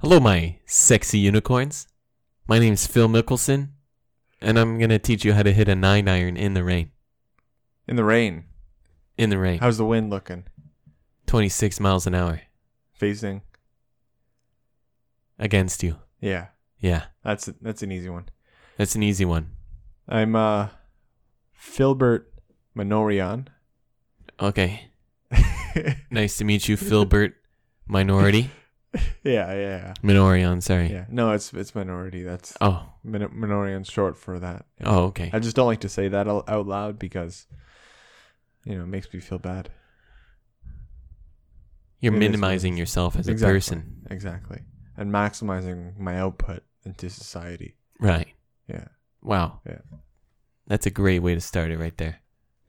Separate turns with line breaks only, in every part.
Hello, my sexy unicorns. My name's Phil Mickelson, and I'm going to teach you how to hit a nine iron in the rain.
In the rain.
In the rain.
How's the wind looking?
26 miles an hour
Phasing.
against you.
Yeah,
Yeah,
that's that's an easy one.
that's an easy one.
I'm uh, Philbert Minorian.
Okay.
yeah,
Nice to meet you, Philbert Minority.
yeah, yeah,
Minorion, sorry.
yeah. No, it's it's minority. That's
Oh,
min- Minorian's short for that.
oh, okay.
I just don't like to say that out out loud because you know it makes me feel bad.
You're
it is what it
minimizing
is.
yourself as a
Exactly.
person.
Exactly, and maximizing my output into society.
Right.
Yeah,
Wow.
Yeah.
That's a great way to start it right there.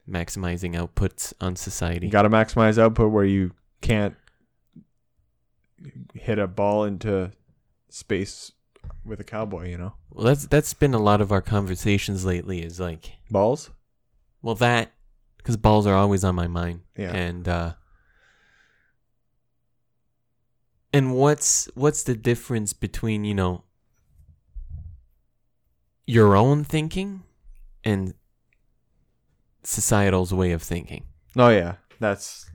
Maximizing outputs on society.
you got to maximize output where you can't hit a ball into space with a cowboy. You know,
well, that's that's been a lot of our conversations lately is like,
balls.
well that cuz balls are always on my mind.
Yeah.
And uh And what's what's the difference between, you know, your own thinking and societal's way of thinking?
Oh yeah, that's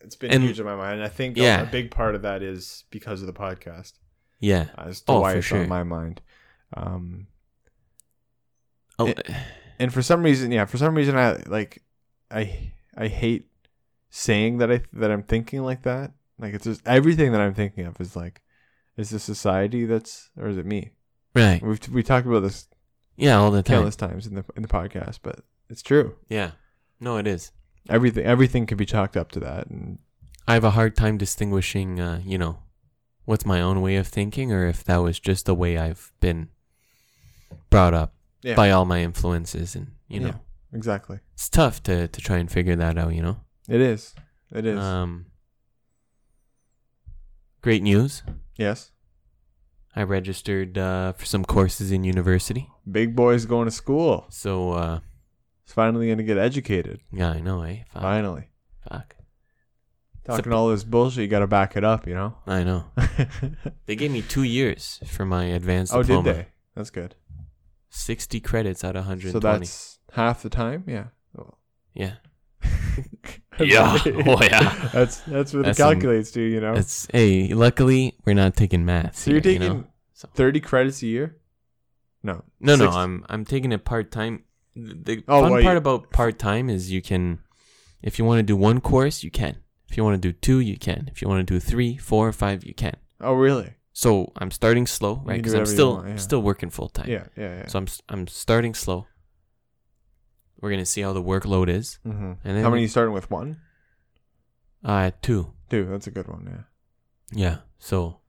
it's been
And-
huge in my mind. I think a-
Yeah.
a big part of that is because of the podcast
Yeah.
as to
Oh,
why
for
it's
sure.
on my mind. Um,
Oh,
It- and for some reason, yeah, for some reason, I like I I hate saying that I that I'm thinking like that. Like it's just everything that I'm thinking of is like, is this society that's or is it me?
right.
We've we talked about this
Yeah, all the time.
countless times in the in the podcast, but it's true.
Yeah. No, it is.
Everything everything can be chalked up to that, and
I have a hard time distinguishing, uh, you know, what's my own way of thinking or if that was just the way I've been brought up
Yeah.
by all my influences. And, you know,
Yeah. exactly,
it's tough to, to try and figure that out, you know?
it is, it is.
Um, great news.
yes.
I registered uh, for some courses in university.
Big boy's going to school.
So, uh,
He's finally going to get educated.
yeah, I know, eh? Fuck.
Finally.
Fuck.
Talking
Sup-
all this bullshit, you got to back it up, you know?
I know. They gave me two years for my advanced
oh, did
diploma.
they? That's good.
60 credits out of 120.
So that's half the time? Yeah. Well,
yeah.
Yeah.
Oh, yeah.
that's that's what
That's
it
some-
calculates to, you know?
That's hey. Luckily, we're not taking math.
Oh. So you're
here,
taking
you know? So-
30 credits a year? No.
no, no.
six-
I'm I'm taking it part time. The
Oh,
fun
well,
part
you-
about part time is you can, if you want to do one course, you can. If you want to do two, you can. If you want to do three, four, five, you can.
Oh, really?
So I'm starting slow,
You
right?
can do
Because I'm
whatever you
still
want, yeah.
still working full time.
Yeah, yeah, yeah.
So I'm s- I'm starting slow. We're gonna see how the workload is,
hmm
and then
How many you starting with? One?
Uh, two.
Two. That's a good one, yeah.
Yeah. So.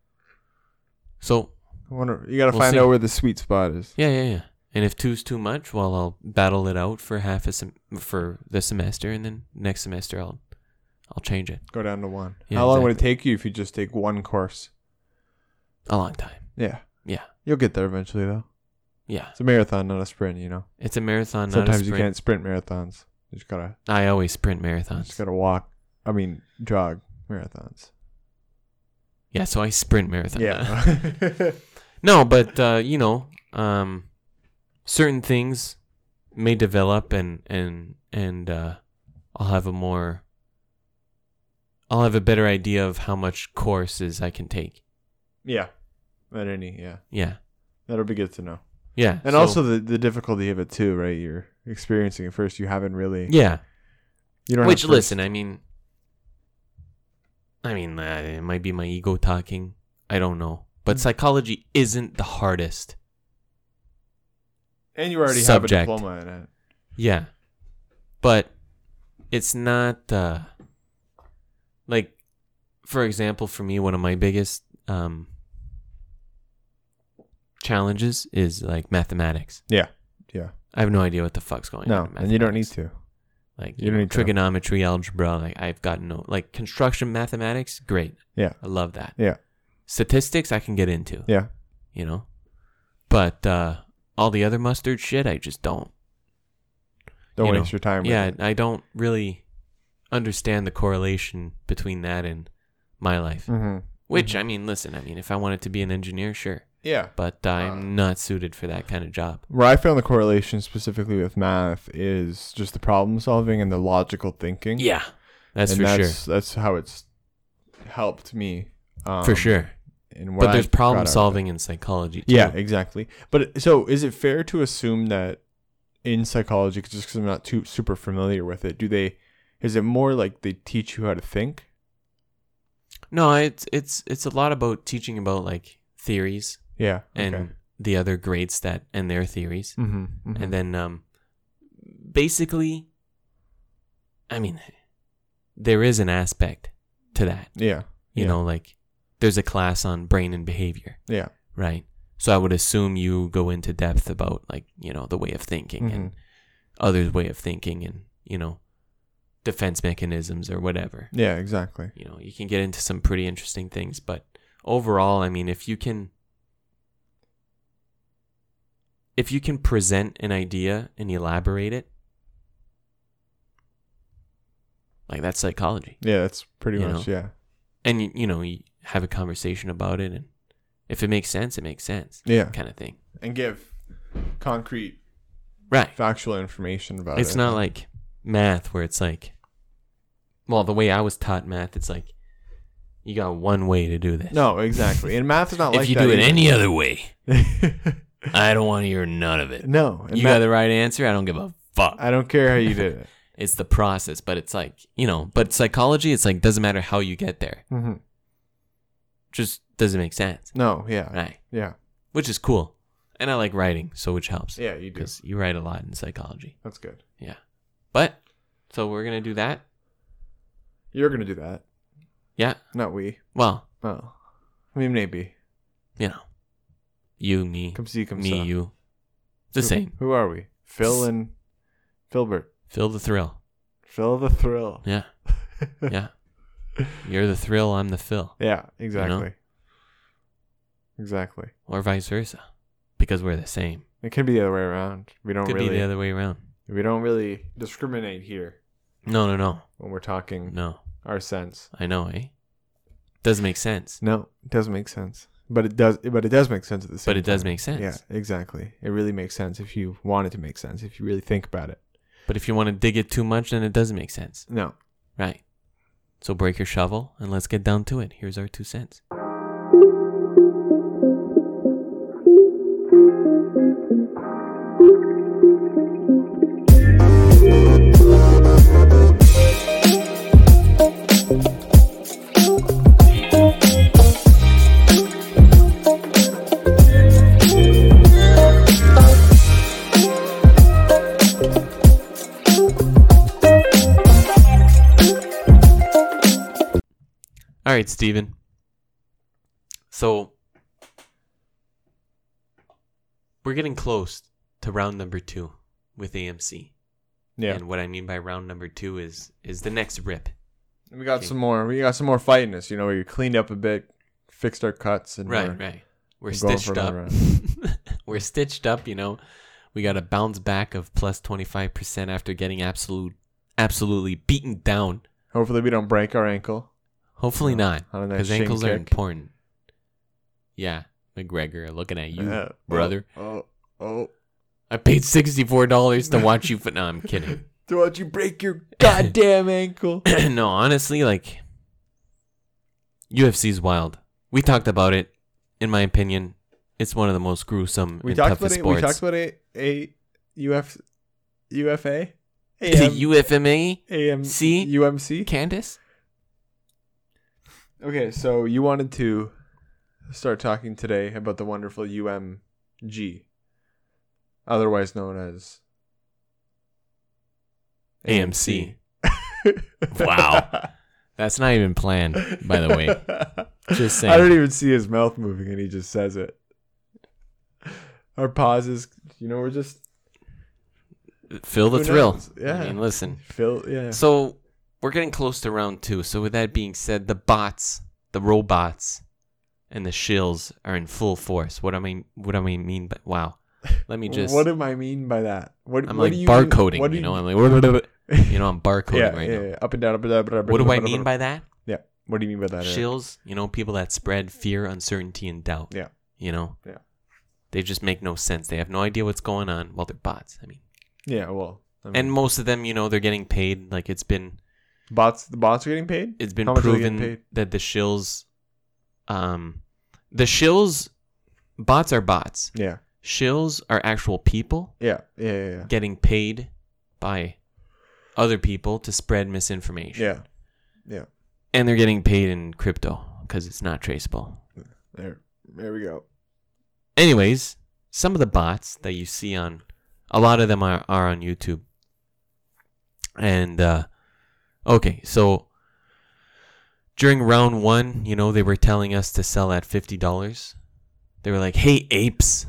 So
I wonder, you got to
We'll
find
see.
out where the sweet spot is.
Yeah, yeah, yeah. And if two's too much, well, I'll battle it out for half a sem- for the semester, and then next semester I'll I'll change it.
Go down to one.
Yeah,
How long would it take you if you just take one course?
A long time.
Yeah.
Yeah.
You'll get there eventually, though.
Yeah,
It's a marathon, not a sprint. You know.
it's a marathon. Not
Sometimes
a
you
sprint.
can't sprint marathons. You just gotta,
I always sprint
you
marathons.
just gotta walk. I mean, jog marathons.
yeah, so I sprint marathons.
Yeah.
no, but uh, you know, um, certain things may develop, and and and uh, I'll have a more. I'll have a better idea of how much courses I can take.
yeah. At any, yeah,
Yeah,
that'll be good to know.
yeah,
And
so-
also the the difficulty of it too, right? You're experiencing it first. You haven't really.
yeah.
You don't. have
Which
first-
listen, I mean, I mean, uh, it might be my ego talking. I don't know, but
Hmm.
psychology isn't the hardest.
And you already
subject.
have a diploma in it.
Yeah, but it's not uh, like, for example, for me, one of my biggest um, challenges is like mathematics.
Yeah, yeah.
I have no idea what the fuck's going on.
No,
in
and you don't need
mathematics.
to.
like
You
you
don't
know,
need to.
trigonometry, algebra. Like I've got no like construction mathematics. Great.
Yeah.
I love that.
Yeah.
Statistics I can get into.
Yeah.
You know, but uh, all the other mustard shit I just don't.
Don't
You
waste
know,
your time. with
yeah,
it.
I don't really understand the correlation between that and my life,
Mhm.
Which I mean, listen, I mean, if I wanted to be an engineer, sure,
Yeah.
but I'm
Uh.
not suited for that kind of job.
Where I found the correlation specifically with math is just the problem solving and the logical thinking.
Yeah, that's
and
for sure,
that's, That's how it's helped me. Um,
for sure.
And
But there's problem solving in psychology. Too.
Yeah, exactly. But so, is it fair to assume that in psychology, 'cause just because I'm not too super familiar with it, do they? Is it more like they teach you how to think?
No, it's it's it's a lot about teaching about like theories
Yeah.
and the other grades that and their theories,
hmm
and then um, basically, I mean, there is an aspect to that.
yeah,
You
Yeah.
know, like there's a class on brain and behavior,
yeah,
right? So I would assume you go into depth about like you know the way of thinking and others' way of thinking and you know defense mechanisms or whatever
yeah, exactly.
you know, you can get into some pretty interesting things. But overall, I mean, if you can, if you can present an idea and elaborate it, like that's psychology,
Yeah, that's pretty
You
much yeah,
and you, you know, you have a conversation about it, and if it makes sense, it makes sense,
yeah,
kind of thing,
and give concrete
right?
factual information about it.
It's not like math where it's like, well, the way I was taught math, it's like you got one way to do this.
no, exactly. And math is not like
if you
that
do it
either.
any other way, I don't want to hear none of it.
no, and
You
math,
got the right answer. I don't give a fuck.
I don't care how you did it.
It's the process, but it's like you know. But psychology, it's like doesn't matter how you get there.
hmm
Just doesn't make sense,
No, yeah,
right?
yeah,
Which is cool, and I like writing, so which helps
yeah, you do.
because you write a lot in psychology.
That's good.
But so we're gonna do that.
You're gonna do that,
Yeah.
not we.
Well,
Oh, I mean maybe.
you know, you, me,
Come see, come
me,
saw.
you, the
Who-
same.
Who are we? Phil and Philbert.
Feel the thrill.
Phil the thrill.
Yeah. Yeah. You're the thrill. I'm the fill,
Yeah, exactly. Exactly.
or vice versa, because we're the same.
It can be the other way around. We don't
Could
really
be the other way around.
we don't really discriminate here
No, no, no,
when we're talking
no.
our sense.
I know, eh? Doesn't make sense,
No, it doesn't make sense. But it does but it does make sense at the same
but it does
time.
make sense.
Yeah, exactly. It really makes sense if you want it to make sense, if you really think about it.
But if you want to dig it too much, then it doesn't make sense,
No.
right? So break your shovel and let's get down to it. Here's our two cents. All right, Steven. So we're getting close to round number two with AMC,
Yeah.
and what I mean by round number two is is the next rip.
we got
okay.
some more we got some more fight in us, you know, we cleaned up a bit, fixed our cuts and
Right,
we're-
right. We're
we're going for
stitched up.
another
We're stitched up, you know. We got a bounce back of plus 25% after getting absolute absolutely beaten down.
Hopefully we don't break our ankle.
Hopefully not,
on a nice
cuz
shin
ankles are
kick.
important. Yeah, McGregor, looking at you,
Yeah.
brother.
Uh, Oh, oh.
I paid $64 to watch you. But no, I'm kidding.
Don't you break your goddamn ankle.
no, honestly, like UFC's wild. We talked about it. In my opinion, it's one of the most gruesome
We
and
talked
toughest
about it.
sports.
We talked about a a UF UFA AM,
UFMA,
AM
C?
UMC.
Candace.
Okay, so you wanted to start talking today about the wonderful UMG, otherwise known as
AMC. Wow. That's not even planned, by the way. Just saying.
I don't even see his mouth moving, and he just says it. Our pauses, you know, we're just
Feel the
Who
thrill.
knows? Yeah.
I mean, listen.
Phil. Yeah.
So we're getting close to round two. So with that being said, the bots, the robots, and the shills are in full force. What I mean, what I mean, mean by wow. Let me just.
what am I mean by that? What
I'm
what
like
do you mean-
barcoding.
what do
you know, I'm like, you know, I'm barcoding
yeah,
right
yeah,
now.
yeah. Up and down, up and down. Up and down
What do I mean by that?
Yeah. What do you mean by that? Eric?
shills, you know, people that spread fear, uncertainty, and doubt.
Yeah.
You know?
Yeah.
They just make no sense. They have no idea what's going on. Well, they're bots. I mean,
Yeah, well, I mean,
and most of them, you know, they're getting paid. Like it's been,
bots. The bots are getting paid.
it's been
How much are they getting
proven
paid?
that the shills, um, the shills, bots are bots.
Yeah,
Shills are actual people
yeah, yeah, yeah, yeah.
getting paid by other people to spread misinformation.
yeah.
And they're getting paid in crypto because it's not traceable.
There, there we go.
anyways, some of the bots that you see on a lot of them are, are on YouTube. And uh okay, so during round 1, you know, they were telling us to sell at $50. They were like, "Hey apes,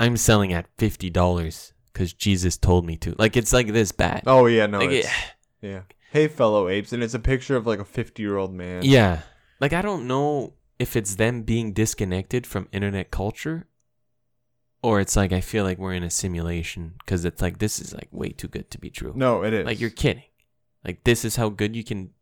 I'm selling at $50 cuz Jesus told me to." Like it's like this bad.
Oh yeah, no,
like,
it's, yeah. Hey, fellow apes, and it's a picture of like a fifty-year-old man.
Yeah. Like I don't know if it's them being disconnected from internet culture or it's like I feel like we're in a simulation cuz it's like this is like way too good to be true.
No, it is.
Like you're kidding. Like this is how good you can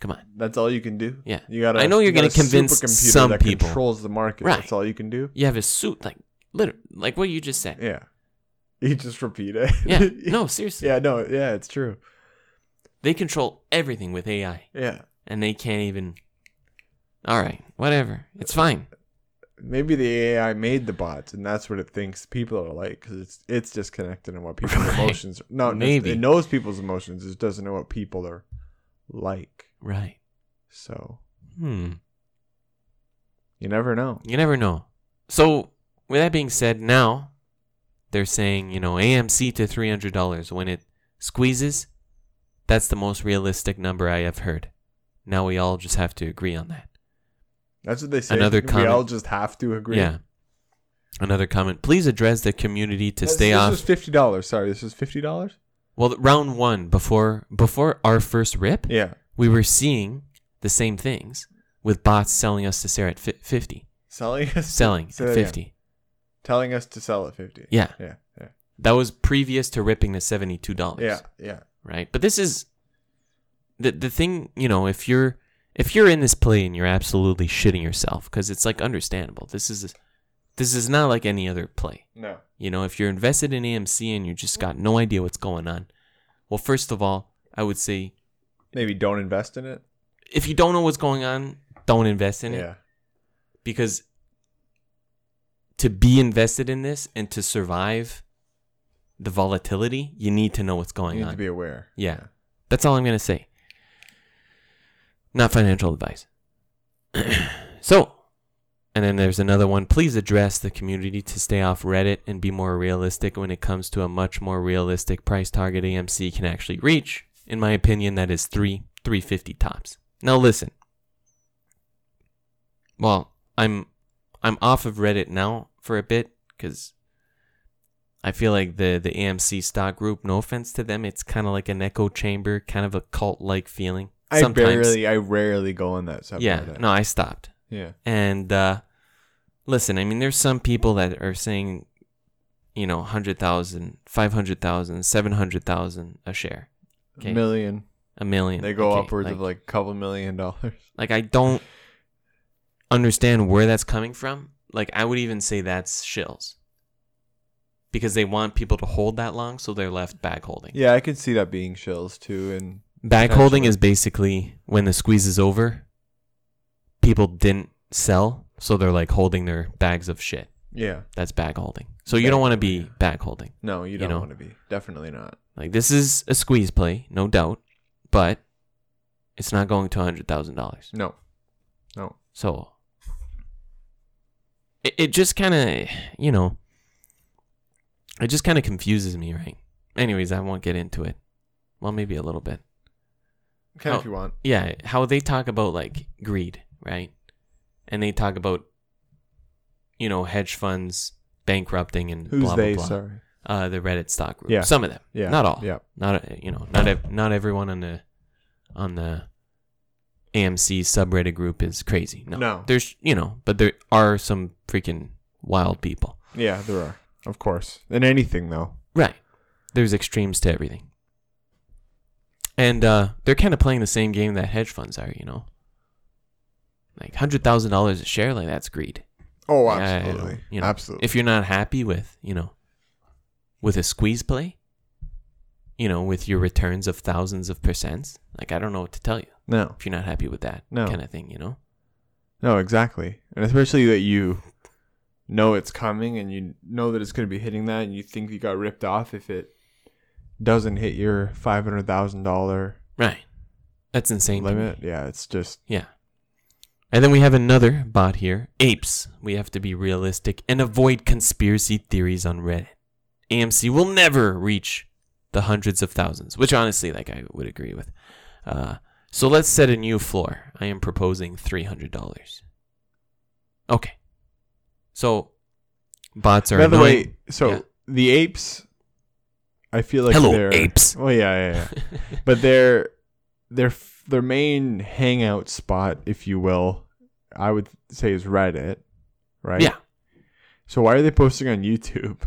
Come on.
That's all you can do.
Yeah.
You gotta.
I know you're
you got
gonna
a
convince
supercomputer
some
that
people.
Controls the market.
Right.
That's all you can do.
You have a suit like literally like what you just said.
Yeah. You just repeat it.
Yeah. No, seriously.
yeah. No. Yeah. It's true.
They control everything with AI
Yeah.
and they can't even All right, whatever. It's fine.
Maybe the AI made the bots, and that's what it thinks people are like because it's it's disconnected on what people's
Right.
emotions. No, it's-
Maybe.
it knows people's emotions. It just doesn't know what people are like.
Right.
So
Hmm.
you never know.
You never know. So, with that being said, now they're saying, you know, AMC to $300 when it squeezes. That's the most realistic number I have heard. Now we all just have to agree on that.
That's what they say.
Another
We
comment.
all just have to agree.
Yeah. Another comment. Please address the community to
That's-
stay
this
off.
was fifty dollars. Sorry, this was fifty dollars.
Well, th- round one before before our first rip,
Yeah.
we were seeing the same things with bots selling us to sell at fi- fifty,
Selling us
selling
Say
at
that again.
fifty.
telling us to sell at fifty.
Yeah.
Yeah. Yeah.
That was previous to ripping to seventy two dollars.
Yeah. Yeah.
right? But this is the the thing, you know, if you're if you're in this play and you're absolutely shitting yourself because it's like understandable. This is this is not like any other play.
No.
You know, if you're invested in AMC and you just got no idea what's going on. Well, first of all, I would say
Maybe don't invest in it.
if you don't know what's going on, don't invest in it
yeah.
because to be invested in this and to survive the volatility, you need to know what's going
You need
on.
to be aware.
Yeah. That's all I'm going to say. Not financial advice. so, and then there's another one. Please address the community to stay off Reddit and be more realistic when it comes to a much more realistic price target AMC can actually reach. In my opinion, that is 3 350 tops. Now listen. Well, I'm I'm off of Reddit now for a bit cuz I feel like the the AMC stock group. No offense to them, it's kind of like an echo chamber, kind of a cult like feeling.
I barely, I rarely go on that subreddit.
yeah. No, I stopped.
Yeah.
And uh, listen, I mean, there's some people that are saying, you know, 100,000, 500,000, 700,000 a share, Okay.
Million.
a million.
They go
Okay,
upwards of like a couple million dollars.
Like I don't understand where that's coming from. Like I would even say that's shills. Because they want people to hold that long, so they're left back holding.
Yeah, I can see that being shills too. And
Back holding
Potentially.
is basically when the squeeze is over, people didn't sell, so they're like holding their bags of shit.
yeah,
That's bag holding. So you don't want to be back holding.
no, you
You
don't
know.
want to be. Definitely not.
Like this is a squeeze play, no doubt, but it's not going to hundred thousand dollars.
No, no.
So it, it just kind of, you know, it just kind of confuses me, right? Anyways, I won't get into it. Well, maybe a little bit.
Can
No.
if you want.
yeah, how they talk about like greed, right? And they talk about, you know, hedge funds bankrupting and
Who's
blah
they?
blah blah.
Sorry.
Uh, the Reddit stock group.
Yeah.
Some of them.
Yeah.
Not all.
Yeah.
Not uh, you know, not ev- not everyone on the on the AMC subreddit group is crazy. No.
No.
There's you know, but there are some freaking wild people.
Yeah, there are. Of course. In anything though.
Right. There's extremes to everything. And uh, they're kind of playing the same game that hedge funds are, you know. Like hundred thousand dollars a share, like that's greed.
Oh,
Yeah, I-
absolutely.
you know,
absolutely.
If you're not happy with, you know, with a squeeze play, you know, with your returns of thousands of percents, like I don't know what to tell you.
no.
If you're not happy with that
No.
kind of thing, you know.
No, exactly. And especially that you know it's coming and you know that it's going to be hitting that and you think you got ripped off if it doesn't hit your $500,000
Right. That's insane. to me.
limit. Yeah, it's just
Yeah. And then we have another bot here. Apes. We have to be realistic and avoid conspiracy theories on Reddit. AMC will never reach the hundreds of thousands, which honestly, like, I would agree with. Uh, so let's set a new floor. I am proposing $300. Okay. So bots are.
By the
annoying.
way, so
Yeah.
the apes I feel like
Hello,
they're
apes.
Well, yeah, yeah, yeah. but their their f- their main hangout spot, if you will, I would say is Reddit, right?
Yeah.
So why are they posting on YouTube?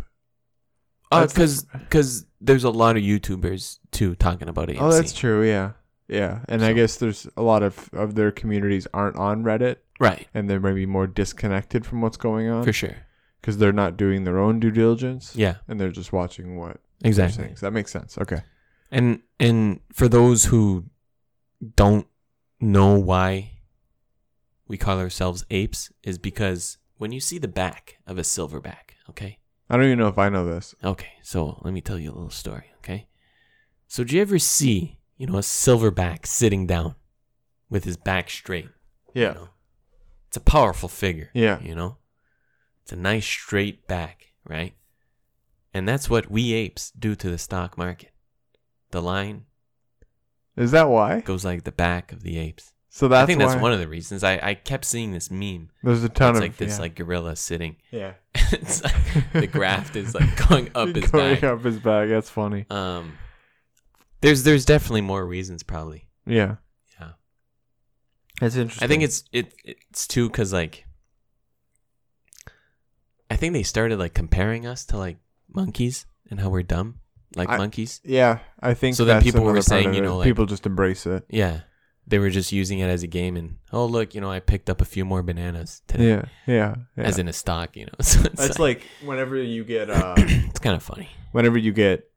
That's-
Because Uh, there's a lot of YouTubers too talking about AMC.
Oh, that's true. Yeah, yeah. And I
So-
guess there's a lot of of their communities aren't on Reddit,
right.
and they're maybe more disconnected from what's going on
For sure.
because they're not doing their own due diligence,
Yeah.
and they're just watching what they're
Exactly.
saying. So that makes sense. Okay.
And and for those who don't know why we call ourselves apes is because when you see the back of a silverback, okay?
I don't even know if I know this.
Okay, so let me tell you a little story, okay? So do you ever see, you know, a silverback sitting down with his back straight?
Yeah.
You know? It's a powerful figure.
Yeah.
You know? It's a nice straight back, right? And that's what we apes do to the stock market. The line
Is that why?
goes like the back of the apes.
So that's
I think that's
why
one of the reasons. I, I kept seeing this meme.
there's a ton
it's
of
like this
yeah.
like gorilla sitting.
yeah.
it's like the graft is like going up his
Going
back.
up his back. That's funny.
Um, there's there's definitely more reasons probably.
Yeah.
Yeah.
That's interesting.
I think it's it it's too because like I think they started like comparing us to like monkeys and how we're dumb like
I-
monkeys.
yeah. I think
So then
that's
people were
another part
saying,
of
you
it.
know, like-
people just embrace it.
Yeah, they were just using it as a game and oh look, you know, I picked up a few more bananas today
Yeah. Yeah. yeah.
as in a stock, you know. So it's
that's
like,
like whenever you get uh,
it's kind of funny.
whenever you get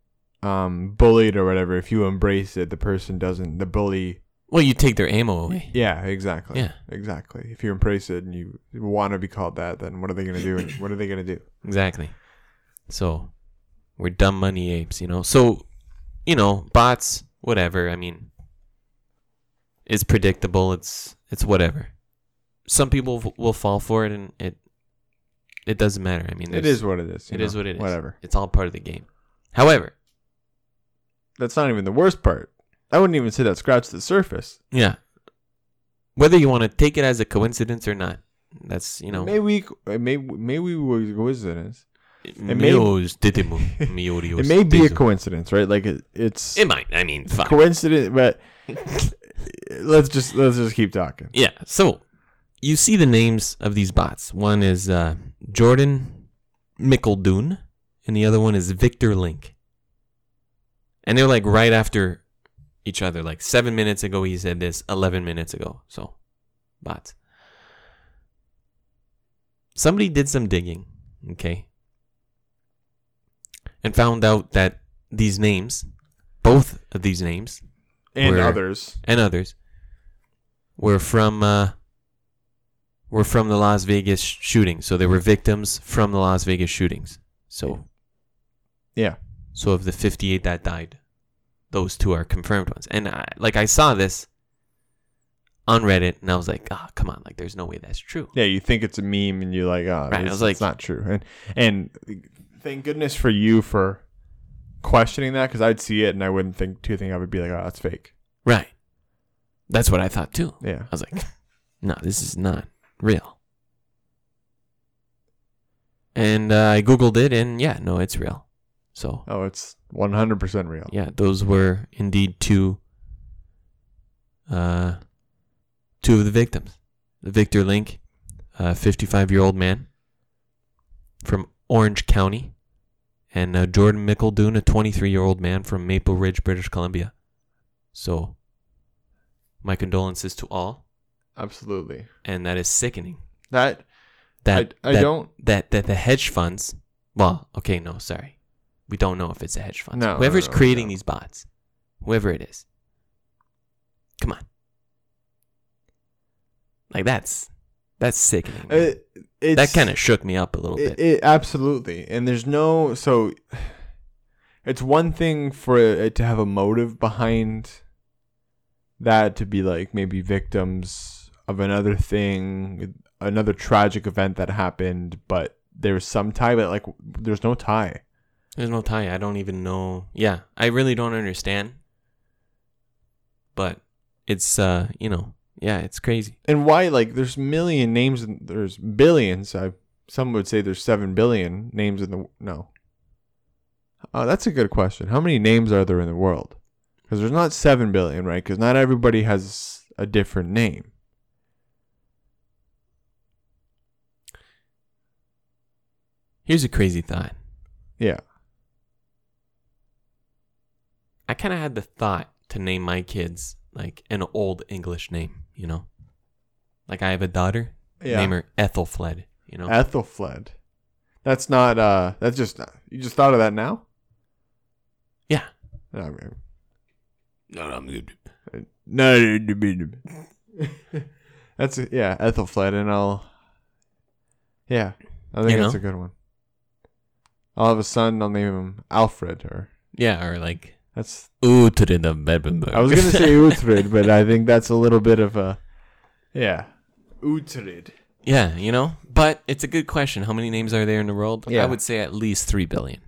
um bullied or whatever. If you embrace it, the person doesn't. The bully.
Well, you take their ammo away.
Yeah. Exactly.
Yeah.
Exactly. If you embrace it and you want to be called that, then what are they gonna do? And what are they gonna do?
Exactly. So we're dumb money apes, you know. So you know, bots, whatever. I mean, it's predictable. It's it's whatever. Some people v- will fall for it, and it it doesn't matter. I mean,
It
there's-
is what it is. you
It is
know,
what it is.
Whatever.
It's all part of the game. However,
That's not even the worst part. I wouldn't even say that scratched the surface.
yeah, whether you want to take it as a coincidence or not, that's you know,
May we, may, may we was coincidence.
it
may- It may be a coincidence, right? Like it, it's
It might. I mean, fuck.
coincidence, but let's just let's just keep talking.
Yeah. So you see the names of these bots. One is uh, Jordan Mickeldoon, and the other one is Victor Link. And they're like right after each other. Like seven minutes ago, he said this. Eleven minutes ago. So bots. Somebody did some digging, okay, and found out that these names, both of these names,
And
Where-
others,
and others were from uh, were from the Las Vegas shooting. So they were victims from the Las Vegas shootings. So
yeah,
so of the 58 that died, those two are confirmed ones. And I, like I saw this on Reddit, and I was like, ah, come on, like there's no way that's true.
yeah. You think it's a meme, and you're like, oh,
Right, I
it's,
was like-
it's not true. And and thank goodness for you for questioning that because I'd see it and I wouldn't think too think I would be like, oh, that's fake.
Right. That's what I thought too.
Yeah,
I was like, no, this is not real. And uh, I googled it, and yeah, no, it's real. So
oh, it's 100 percent real.
yeah, those were indeed two uh two of the victims. The Victor Link, a 55-year-old man from Orange County, and uh, Jordan Mickeldoon, a 23-year-old man from Maple Ridge, British Columbia. So, my condolences to all,
Absolutely.
and that is sickening.
That
That
I, I
that-
don't
that that the hedge funds. Well, okay, no, sorry, we don't know if it's a hedge fund.
No, no,
whoever's
no,
creating
no.
these bots, whoever it is, come on, like that's that's sickening. man.
it, Uh, it's
that kind of shook me up a little
it,
bit.
it absolutely and there's no so it's one thing for it to have a motive behind that to be like maybe victims of another thing another tragic event that happened but there's some tie but like there's no tie
There's no tie. I don't even know. Yeah, I really don't understand. But it's uh, you know, yeah, it's crazy.
and why like there's million names and there's billions i some would say there's 7 billion names in the no oh that's a good question how many names are there in the world because there's not 7 billion right because not everybody has a different name
Here's a crazy thought.
yeah
I kind of had the thought to name my kids like an old English name, you know? Like I have a daughter,
yeah
name her Ethelfled, you know?
ethelfled that's not uh that's just you just thought of that now
yeah.
no, I mean,
No, I'm good.
no that's a, yeah ethelfled and i'll yeah i think
You
that's
know?
a good one i'll have a son i'll name him alfred or
Yeah, or like
that's
Uhtred of Bebenberg.
i was gonna say Uhtred, but i think that's a little bit of a yeah Uhtred.
yeah, you know? But it's a good question. How many names are there in the world?
Yeah.
I would say at least 3 billion.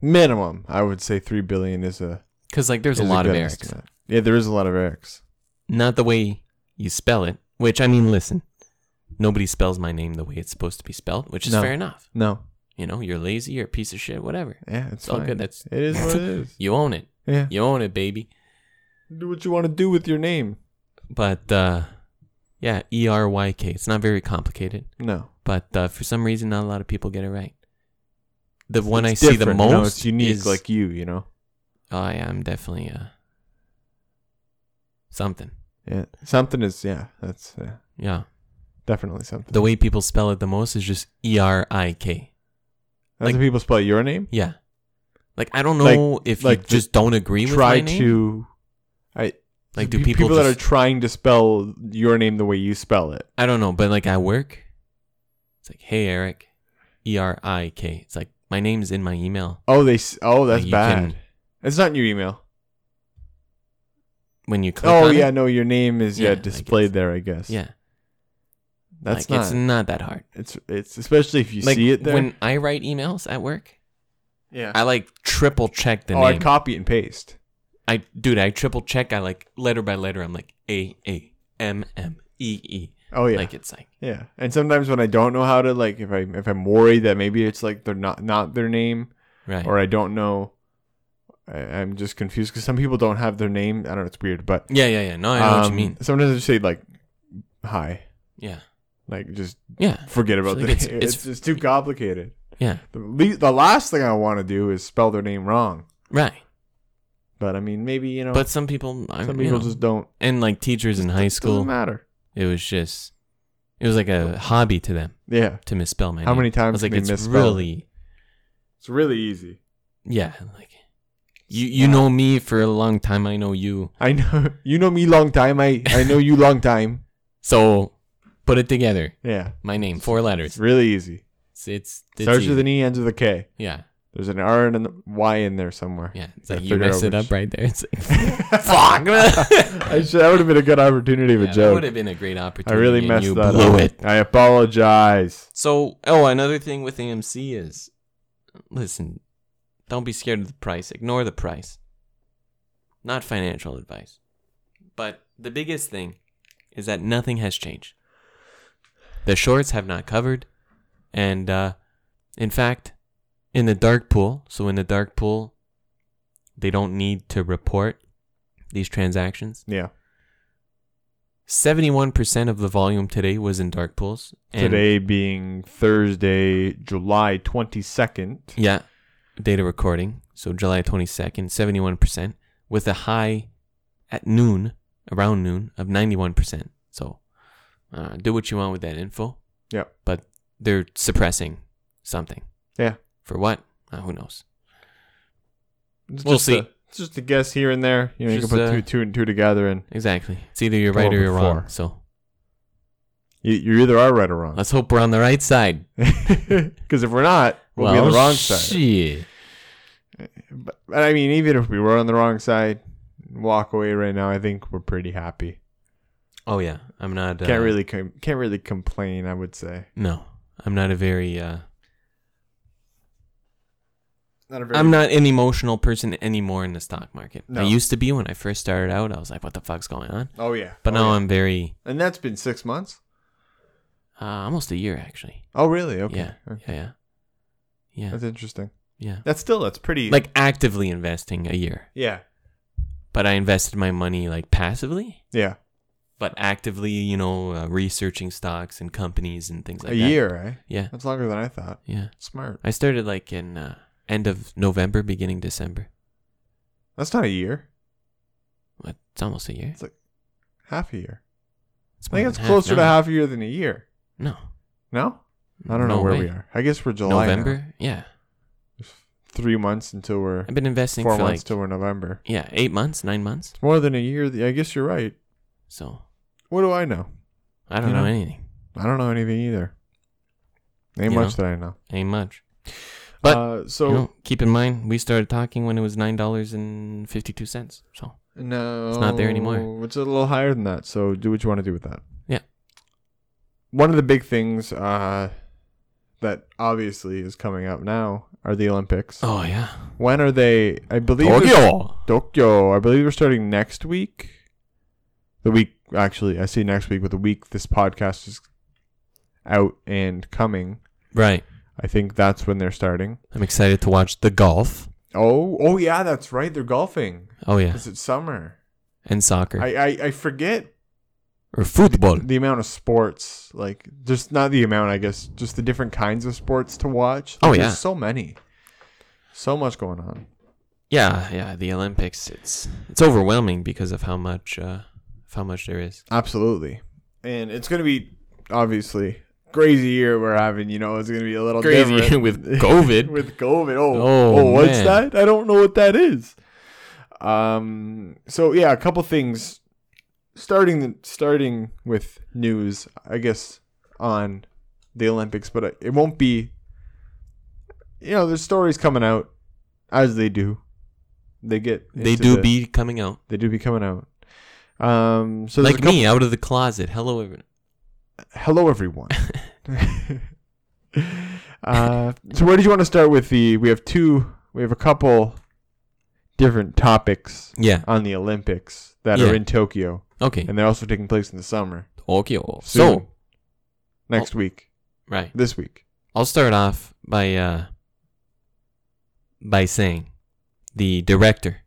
minimum i would say three billion is a
Cuz like there's
is
a lot of
good
Erics.
estimate. yeah there is a lot of erics
Not the way you spell it, which I mean, listen. Nobody spells my name the way it's supposed to be spelled, which is
No.
fair enough.
no
You know, you're lazy, you're a piece of shit, whatever.
yeah it's,
It's all
fine.
good. That's
it is what it is
you own it.
yeah
You own it, baby.
do what you want to do with your name
But uh, yeah, E R Y K. It's not very complicated,
no
but uh, for some reason, not a lot of people get it right. The one I
It's
see the
different.
most
no, it's unique
is
like you you know
oh yeah, I'm definitely uh, something.
yeah something is yeah that's yeah,
Yeah,
definitely something
the way people spell it the most is just E R I K.
that's
like-
how people spell your name
Yeah, like I don't
Like-
know if
like
you just don't agree with
try
my name.
to i
like, do
pe-
people,
that are
just,
trying to spell your name the way you spell it
I don't know, but like at work, it's like, hey Eric, E R I K. It's like my name's in my email.
oh they s- oh that's
Like, you
bad
can-
it's not in your email
when you click
oh
on
yeah
it.
no your name is
Yeah,
yeah,
I guess.
displayed there i guess
Yeah.
that's
like it's
not
not that hard.
it's, it's especially if you
like
see it there
when I write emails at work,
yeah
I like triple check the
oh i
name.
copy and paste
I dude, I triple check. I like letter by letter. I'm like A A M M E E.
oh yeah
Like it's like
yeah and sometimes when i don't know how to like if i if i'm worried that maybe it's like they're not not their name
right.
or i don't know I, i'm just confused because some people don't have their name i don't know it's weird but
yeah, yeah, yeah. No, I know what you
um,
mean.
sometimes i just say like hi
Yeah,
like just
yeah,
forget about
like,
the
it's-
name. It's,
it's-
it's too complicated
yeah.
the, le- the last thing i want to do is spell their name wrong
Right.
but i mean maybe you know
But some people, I,
some
you
people
know,
just don't
and like teachers in high
doesn't
school,
matter
it was just, it was like a hobby to them
yeah
to misspell my
How
name.
many
I
times
was like,
can they
it's
misspell it?
really.
it's really easy
Yeah, like you you know me for a long time. I know you.
i know you know me long time i i know you long time
So put it together.
yeah
My name, four
it's
letters.
really easy
It's it's, it's
starts with
easy.
an e ends with a k
yeah
there's an r and a y in there somewhere
yeah. It's
Gotta
like you
figure out
messed it
which-
up right there. It's like fuck. yeah,
I should, that would have been a good opportunity of a
that would
joke
have been a great
i
opportunity.
really
and
messed
you
that
blew
up
it.
i apologize
So oh, another thing with AMC is, listen, don't be scared of the price. Ignore the price. Not financial advice, but the biggest thing is that nothing has changed. The shorts have not covered, and uh, in fact, in the dark pool. So in the dark pool, they don't need to report these transactions.
yeah
Seventy-one percent of the volume today was in dark pools. and-
today being thursday july 22nd
Yeah. Data recording. So July 22nd, 71%, with a high at noon, around noon, of 91%. So uh, do what you want with that info.
Yep.
But they're suppressing something.
Yeah.
For what? Uh, who knows?
It's
We'll
just
see.
A, it's just a guess here and there. You know,
Just,
you can
uh,
put two, two and two together, and
Exactly. It's either you're
Come
right
up
or
with
you're wrong.
four.
So
you, you either are right or wrong.
let's hope we're on the right side.
Because if we're not, we'll,
well,
be on the wrong side.
shit.
But, but I mean, even if we were on the wrong side, walk away right now. I think we're pretty happy.
Oh yeah, I'm not. Uh,
Can't really com- can't really complain. I would say.
No, I'm not a very. Uh,
Not a very
I'm not an emotional person anymore in the stock market.
No.
I used to be when I first started out. I was like, "What the fuck's going on?"
Oh yeah.
But
Oh,
now
yeah.
I'm very
And that's been six months.
uh, almost a year actually.
Oh really? Okay.
Yeah,
Okay.
yeah, yeah, yeah,
That's interesting.
yeah.
That's still that's pretty.
Like actively investing a year,
yeah,
but I invested my money like passively,
yeah.
but actively, you know, uh, researching stocks and companies and things like
a
that.
year, eh?
Yeah,
That's longer than I thought.
yeah.
Smart.
I started like in uh, end of November, beginning December.
That's not a year.
What? It's almost a year.
Half a year.
It's
I
more
think
than
it's closer to
now.
half a year than a year.
No,
No, I don't know
No
where
way.
we are. I guess we're July. now.
November. Yeah,
Three months until we're
I've been investing
four
for
months
like
till we're November.
yeah eight months, nine months.
It's more than a year. th- I guess you're right.
So
What do I know?
I don't
You
know
know?
anything.
I don't know anything either. Ain't
You
much that I know.
Ain't much. But,
uh, so
So keep in mind, we started talking when it was nine dollars and fifty two cents. So
No,
It's not there anymore.
It's a little higher than that. So do what you want to do with that.
Yeah.
One of the big things uh, that obviously is coming up now are the Olympics.
oh yeah,
When are they? I believe they're- Tokyo. I believe we're starting next week. The week, actually, I see next week, but the week this podcast is out and coming.
Right.
I think that's when they're starting.
I'm excited to watch the golf.
Oh, oh yeah, that's right. They're golfing.
Oh yeah,
Is it summer?
and soccer
I, I I forget
or football.
the amount of sports, like just not the amount, I guess, just the different kinds of sports to watch.
Oh,
Like,
yeah.
there's so many, so much going on.
Yeah, yeah. The Olympics. It's it's overwhelming because of how much uh, of how much there is.
Absolutely, and it's gonna be obviously crazy year we're having. You know, it's gonna be a little different.
with COVID.
with COVID. Oh,
Oh,
oh, what's
man.
that? I don't know what that is. Um. So yeah, a couple things. Starting the, starting with news, I guess on the Olympics, but it won't be. You know, there's stories coming out as they do. They get
They
into
do
the-
be coming out.
they do be coming out. Um. So there's
like
a couple,
me out of the closet. Hello, everyone.
Hello, everyone. uh, so, where did you want to start with the? We have two. We have a couple different topics
Yeah.
on the Olympics that
Yeah.
are in Tokyo,
Okay.
and they're also taking place in the summer.
Okay.
Soon.
So
next week,
right.
this week.
I'll start off by uh by saying the director,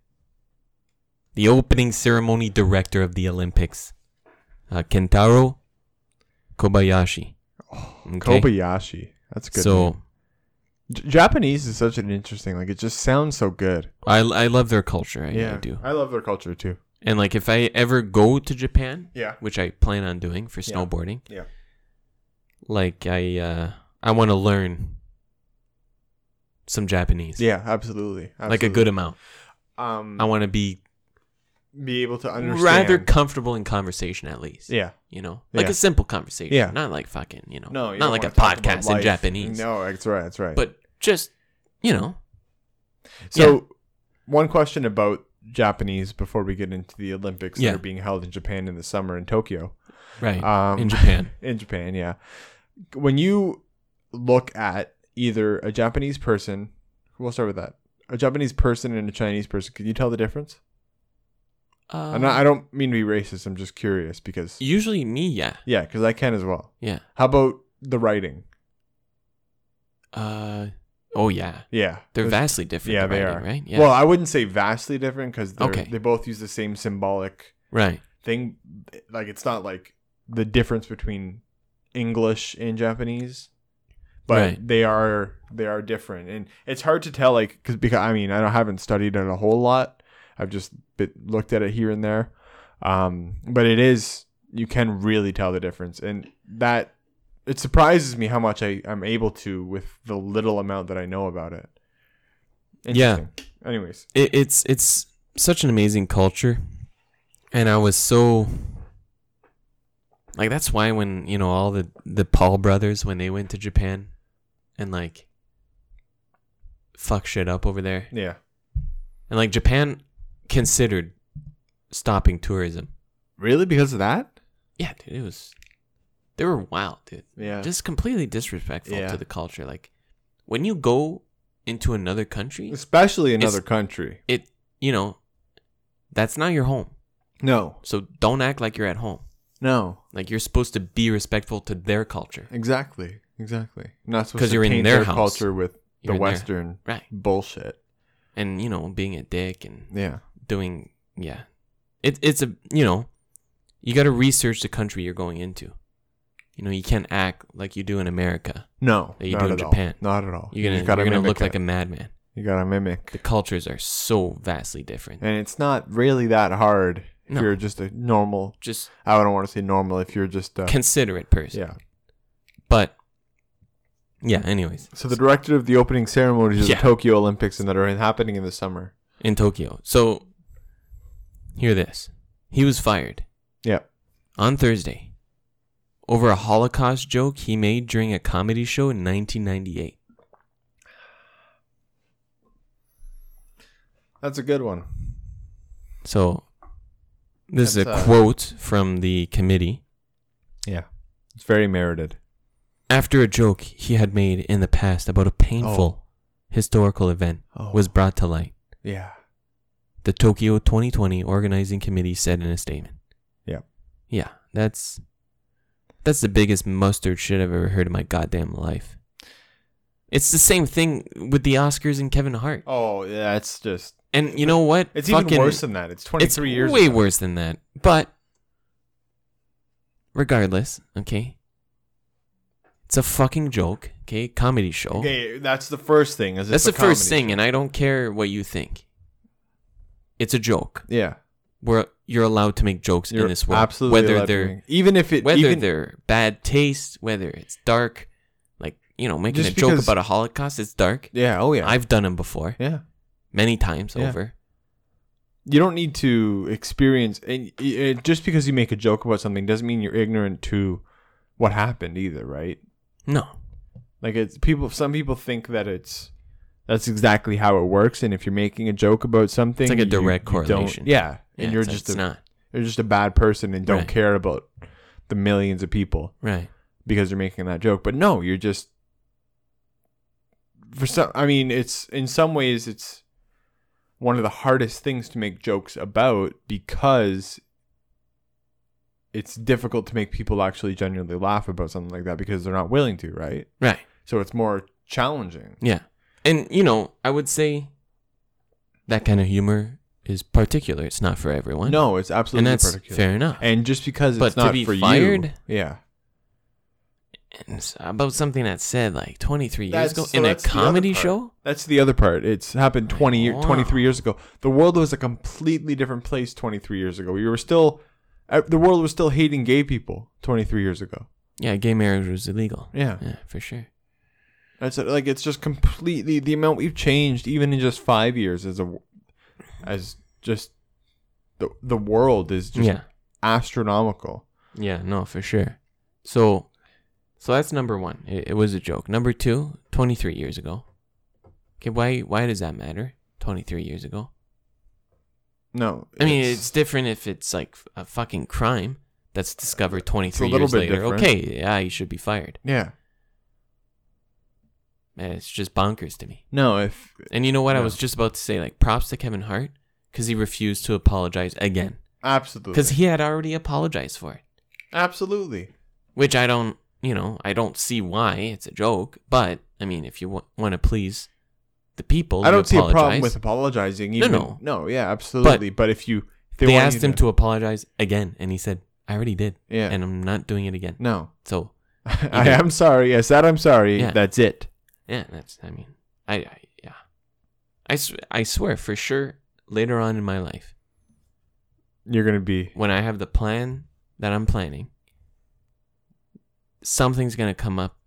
the opening ceremony director of the Olympics, uh, Kentaro Kobayashi. Okay.
Oh, Kobayashi. That's a good.
so.
name. J- Japanese is such an interesting. Like it just sounds so good.
I, I love their culture. I, I do.
I love their culture too.
And like if I ever go to Japan,
Yeah.
which I plan on doing for
Yeah.
snowboarding,
Yeah.
like I uh I want to learn some Japanese.
Yeah. Absolutely.
Like a good amount.
Um.
I want to be
be able to understand.
rather comfortable in conversation at least.
Yeah.
You know, like
Yeah.
a simple conversation.
Yeah.
Not like fucking, you know,
No. you
not
don't
like a
wanna talk about
podcast in
life.
Japanese,
No. That's right. That's right.
but just, you know,
So, one question about Japanese before we get into the Olympics
Yeah.
that are being held in Japan in the summer in Tokyo.
right.
Um,
in Japan.
in Japan, yeah. When you look at either a Japanese person, we'll start with that. A Japanese person and a Chinese person, can you tell the difference?
Uh,
I'm not, I don't mean to be racist. I'm just curious because,
usually me, yeah.
yeah, because I can as well.
Yeah.
How about the writing?
Uh, oh, yeah.
Yeah.
They're
There's-
vastly different.
Yeah,
the
they
writing,
are.
Right? Yeah.
Well, I wouldn't say vastly different because
Okay.
they both use the same symbolic
right.
thing like it's not like the difference between english and japanese but
Right.
they are they are different and it's hard to tell like cause, because i mean i don't, haven't studied it a whole lot I've just bit, looked at it here and there, um, but it is you can really tell the difference, and that it surprises me how much I I'm able to with the little amount that I know about it.
Yeah.
Interesting. Anyways,
it, it's it's such an amazing culture, and I was so like that's why when you know all the the Paul brothers when they went to Japan and like fuck shit up over there
yeah,
and like Japan considered stopping tourism.
really because of that?
Yeah, dude, it was they were wild, dude.
Yeah,
Just completely disrespectful
Yeah.
to the culture. Like when you go into another country,
especially another
It's-
country.
it you know that's not your home.
No,
So don't act like you're at home.
no,
Like you're supposed to be respectful to their culture.
exactly, exactly. Not supposed
'Cause
to
you're in
paint
their
their
house.
culture with
You're
the
in there.
Western
Right.
bullshit.
And you know, being a dick and
Yeah,
doing yeah. It it's a you know, you got to research the country you're going into. You know, you can't act like you do in America.
no,
That you
not
do in
at all.
Japan.
Not at all.
You're
You
gonna
just gotta
you're gonna
mimic
look like
it.
a madman.
You gotta
The
mimic,
cultures are so vastly different.
and it's not really that hard if
No.
you're just a normal.
Just
I don't want to say normal if you're just a,
considerate person.
yeah.
But yeah, anyways,
So the director of the opening ceremonies of
Yeah.
the Tokyo Olympics and that are happening in the summer.
in Tokyo. So hear this. He was fired.
Yeah.
on Thursday over a Holocaust joke he made during a comedy show in 1998.
That's a good one.
So, this is a
That's, uh,
quote from the committee.
Yeah. It's very merited.
After a joke he had made in the past about a painful historical event
Oh.
was brought to light,
Yeah.
the Tokyo 2020 organizing committee said in a statement.
Yeah.
Yeah, that's that's the biggest mustard shit I've ever heard in my goddamn life. It's the same thing with the Oscars and Kevin Hart.
Oh, yeah, it's just
And you know what?
it's even
Fucking-
worse than that. It's 23
it's
years.
way
ago.
worse than that. But regardless, okay, it's a fucking joke. Okay, comedy show.
Okay, that's the first thing. Is
That's
it's a
the first
comedy
thing, and I don't care what you think. It's a joke.
show. Yeah.
Where you're allowed to make jokes
You're
in this world,
absolutely
whether
allowed to
they're
make- even if it
whether
even,
they're bad taste, whether it's dark, like you know, making a
Just
joke
because-
about a Holocaust, it's dark.
Yeah, oh yeah.
I've done them before,
yeah.
many times
Yeah.
over.
You don't need to experience and y- it, just because you make a joke about something doesn't mean you're ignorant to what happened either, right?
No,
Like it's people. Some people think that it's that's exactly how it works. And if you're making a joke about something,
like a
you-
direct
you don't-
correlation.
yeah, and
Yeah,
you're
it's-
just
it's
a,
not
you're just a bad person and don't
Right.
care about the millions of people
right.
because you're making that joke. But no, you're just for some. I mean, it's in some ways it's one of the hardest things to make jokes about because it's difficult to make people actually genuinely laugh about something like that because they're not willing to, right?
Right.
So it's more challenging.
Yeah. And, you know, I would say that kind of humor is particular. It's not for everyone.
No, it's
And
absolutely
that's
particular.
fair enough.
And just because
But
it's
to
not
be
for
fired?
you, yeah,
And it's about something that said like 23 years ago in a comedy show?
That's the other part. It's happened 20 year,
Wow.
23 years ago. The world was a completely different place 23 years ago. We were still, uh, the world was still hating gay people 23 years ago.
Yeah, gay marriage was illegal.
Yeah,
Yeah, for sure.
that's it. like it's just completely the amount we've changed, even in just five years, as a, as just the the world is just
yeah.
astronomical.
Yeah, no, for sure. So so that's number 1. It, it was a joke. Number two, twenty three years ago. Okay, why why does that matter? 23 years ago.
No,
I mean, it's different if it's like a fucking crime that's discovered 23
little
years
bit
later.
different.
Okay, yeah, you should be fired.
yeah.
Man, it's just bonkers to me.
No, if
And you know what? I
Yeah.
was just about to say, like, props to Kevin Hart because he refused to apologize again
absolutely,
because he had already apologized for it,
absolutely,
which I don't, you know, I don't see why it's a joke. But I mean, if you w- want to please the people,
I
you
don't see a problem
apologize.
with apologizing.
No,
Even,
no.
yeah, absolutely. But, if you if
They,
want you
asked him to apologize again, and he said, "I already did,
yeah,
and I'm not doing it again."
no,
So
I am sorry. I said I'm sorry.
Yeah.
That's it.
Yeah, that's. I mean, I, I yeah, I, sw- I swear for sure, later on in my life
You're gonna be
when I have the plan that I'm planning, something's gonna come up.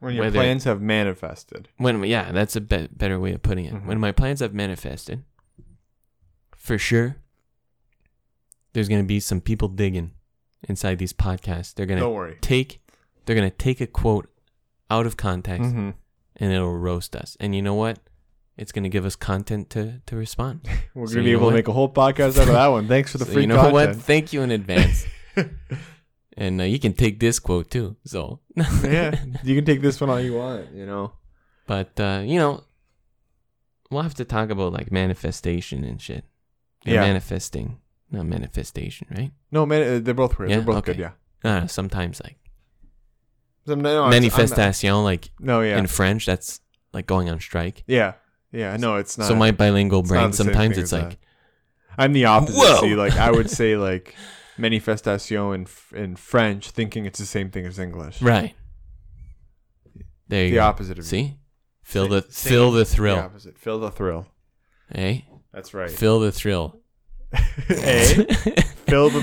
when your
Whether-
plans have manifested.
When yeah, that's a be- better way of putting it.
Mhm.
When my plans have manifested, for sure, there's gonna be some people digging inside these podcasts. They're gonna
Don't worry.
take, they're gonna take a quote out of context
Mm-hmm.
and it'll roast us. And you know what? It's gonna give us content to to respond.
We're
So
gonna be
you know
able
what?
to make a whole podcast out of that one. Thanks for the
So
free
you know what?
content.
Thank you in advance. and uh, you can take this quote too. So
yeah, you can take this one all you want. You know.
But uh, you know, we'll have to talk about like manifestation and shit. Or
Yeah.
manifesting, not manifestation, right?
No, man, uh, they're both weird.
Yeah?
They're both good.
Okay.
Yeah.
Uh, sometimes like
So, no, it's- I'm not-
manifestation, like
No, yeah,
in French, that's like going on strike.
yeah, yeah. No, it's not.
so my bilingual
it's not
brain
the same
sometimes
thing
it's
as
like
I'm the opposite.
Whoa!
See, like I would say like manifestation in f- in French, thinking it's the same thing as English.
right. There you
The
go.
opposite of
See, feel
Sing-
the
sing-
feel the
the
thrill,
opposite. Feel the thrill.
hey?
That's right.
Feel the thrill.
eh? Feel the